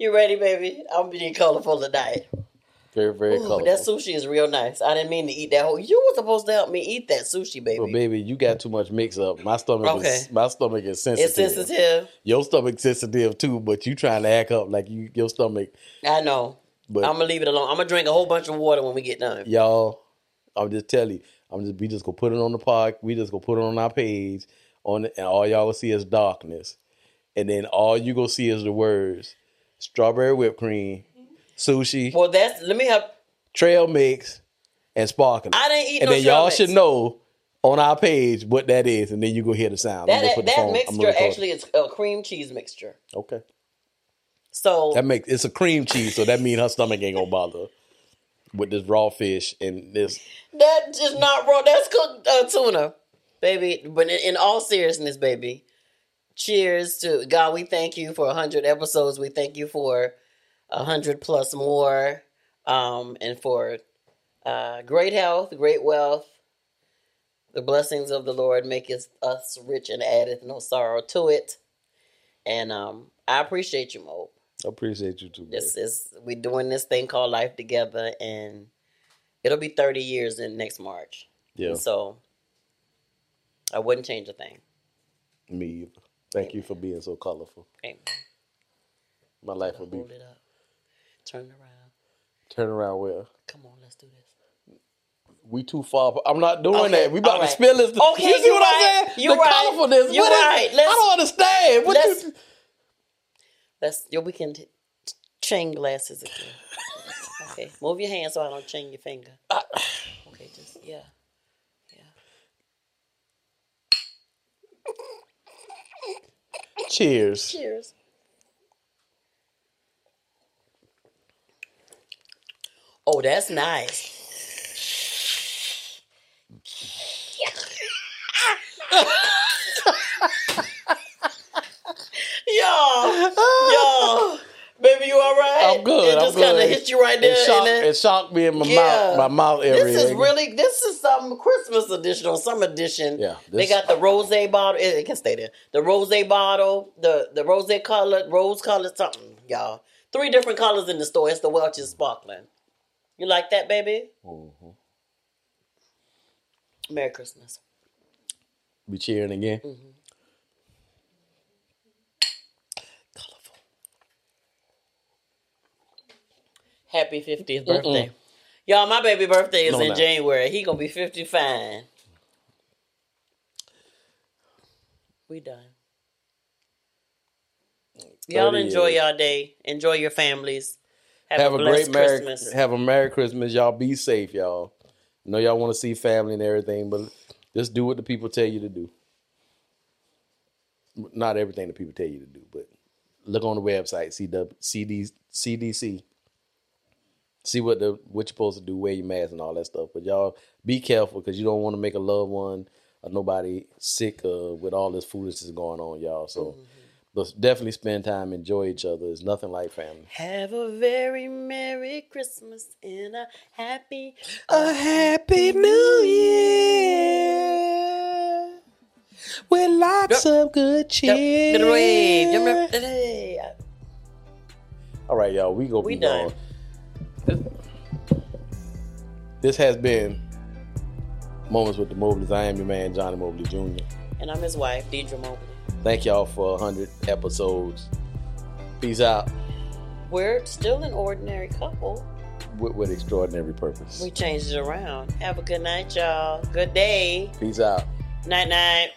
[SPEAKER 2] You ready, baby? I'm being colorful tonight.
[SPEAKER 1] Very very
[SPEAKER 2] Ooh,
[SPEAKER 1] colorful.
[SPEAKER 2] that sushi is real nice. I didn't mean to eat that whole. You were supposed to help me eat that sushi, baby.
[SPEAKER 1] Well, baby, you got too much mix up. My stomach
[SPEAKER 2] Okay.
[SPEAKER 1] is my stomach is sensitive.
[SPEAKER 2] it's sensitive.
[SPEAKER 1] Your stomach sensitive too, but you trying to act up like you your stomach.
[SPEAKER 2] I know.
[SPEAKER 1] But
[SPEAKER 2] I'm gonna leave it alone. I'm gonna drink a whole bunch of water when we get done.
[SPEAKER 1] y'all, I'm just telling you, I'm just we just gonna put it on the pod. We just gonna put it on our page on the, and all y'all gonna see is darkness, and then all you gonna see is the words strawberry whipped cream, sushi,
[SPEAKER 2] Well, that's. Let me have.
[SPEAKER 1] trail mix, and sparkling.
[SPEAKER 2] I didn't eat
[SPEAKER 1] and
[SPEAKER 2] no
[SPEAKER 1] then
[SPEAKER 2] trail
[SPEAKER 1] y'all
[SPEAKER 2] mix.
[SPEAKER 1] should know on our page what that is, and then you gonna hear the sound. I'm gonna
[SPEAKER 2] That
[SPEAKER 1] put the
[SPEAKER 2] that
[SPEAKER 1] phone- I'm gonna
[SPEAKER 2] mixture
[SPEAKER 1] record.
[SPEAKER 2] actually is a cream cheese mixture.
[SPEAKER 1] okay.
[SPEAKER 2] So
[SPEAKER 1] That makes it's a cream cheese, so that means her stomach ain't gonna bother her with this raw fish and this.
[SPEAKER 2] that is not raw. That's cooked uh, tuna, baby. But in, in all seriousness, baby. Cheers to God. We thank you for hundred episodes. We thank you for hundred plus more, um, and for uh, great health, great wealth. The blessings of the Lord maketh us rich and addeth no sorrow to it. And um, I appreciate you, Mo.
[SPEAKER 1] I appreciate you too. man.
[SPEAKER 2] This is we doing this thing called life together, and it'll be thirty years in next March.
[SPEAKER 1] Yeah,
[SPEAKER 2] And so I wouldn't change a thing.
[SPEAKER 1] me. Either. Thank you for being so colorful.
[SPEAKER 2] Okay.
[SPEAKER 1] My life would be
[SPEAKER 2] Hold it up. Turn it around.
[SPEAKER 1] turn around where
[SPEAKER 2] Come on, let's do this.
[SPEAKER 1] we too far. I'm not doing
[SPEAKER 2] Okay,
[SPEAKER 1] that. We about
[SPEAKER 2] alright.
[SPEAKER 1] to spill this.
[SPEAKER 2] Okay,
[SPEAKER 1] you see
[SPEAKER 2] you
[SPEAKER 1] what
[SPEAKER 2] right.
[SPEAKER 1] I'm saying?
[SPEAKER 2] You
[SPEAKER 1] the
[SPEAKER 2] right.
[SPEAKER 1] colorfulness.
[SPEAKER 2] You
[SPEAKER 1] what is-
[SPEAKER 2] right. Let's-
[SPEAKER 1] I don't understand. What
[SPEAKER 2] let's-
[SPEAKER 1] you-
[SPEAKER 2] Let's yeah, we can t- chain glasses again. okay. Move your hand so I don't chain your finger. Okay, just yeah.
[SPEAKER 1] cheers.
[SPEAKER 2] Cheers. Oh, that's nice. Yo, Yo, baby, you all right?
[SPEAKER 1] I'm good.
[SPEAKER 2] It
[SPEAKER 1] I'm
[SPEAKER 2] just kind of
[SPEAKER 1] good.
[SPEAKER 2] hit you right there.
[SPEAKER 1] It shocked,
[SPEAKER 2] and
[SPEAKER 1] it shocked me in my
[SPEAKER 2] Yeah.
[SPEAKER 1] mouth, my mouth area.
[SPEAKER 2] this is really this is some Christmas edition or some edition.
[SPEAKER 1] Yeah,
[SPEAKER 2] they
[SPEAKER 1] this-
[SPEAKER 2] got the rose bottle. It, it can stay there. The rose bottle, the the rose colored, rose colored something, y'all. Three different colors in the store. It's the Welch's sparkling. You like that, baby?
[SPEAKER 1] Mhm.
[SPEAKER 2] Merry Christmas.
[SPEAKER 1] Be cheering again.
[SPEAKER 2] Colorful. Happy fiftieth birthday, y'all. My baby birthday is
[SPEAKER 1] No,
[SPEAKER 2] in
[SPEAKER 1] no.
[SPEAKER 2] January. He gonna be fifty fine. We done. Y'all
[SPEAKER 1] 30
[SPEAKER 2] enjoy
[SPEAKER 1] years.
[SPEAKER 2] y'all day. Enjoy your families. Have,
[SPEAKER 1] Have
[SPEAKER 2] a
[SPEAKER 1] a
[SPEAKER 2] blessed
[SPEAKER 1] great merry,
[SPEAKER 2] Christmas.
[SPEAKER 1] have a merry Christmas. Y'all be safe, y'all. I know y'all want to see family and everything, but just do what the people tell you to do. Not everything the people tell you to do, but look on the website CW, CD, CDC. See what the what you're supposed to do, wear your mask and all that stuff. But y'all be careful because you don't want to make a loved one or nobody sick uh, with all this foolishness going on, y'all. So, but definitely spend time, enjoy each other. It's nothing like family.
[SPEAKER 2] Have a very merry Christmas and a happy, a happy New Year.
[SPEAKER 1] with lots of good cheer.
[SPEAKER 2] We
[SPEAKER 1] All right, y'all, we gonna
[SPEAKER 2] We
[SPEAKER 1] be
[SPEAKER 2] done.
[SPEAKER 1] gone. This, this has been moments with the Mobleys. I am your man, Johnny Mobley Jr.
[SPEAKER 2] And I'm his wife, Deidre Mobley.
[SPEAKER 1] Thank y'all for 100 episodes. Peace out
[SPEAKER 2] We're still an ordinary couple.
[SPEAKER 1] with, with extraordinary purpose.
[SPEAKER 2] We changed it around. Have a good night, y'all. Good day.
[SPEAKER 1] Peace out.
[SPEAKER 2] Night, night.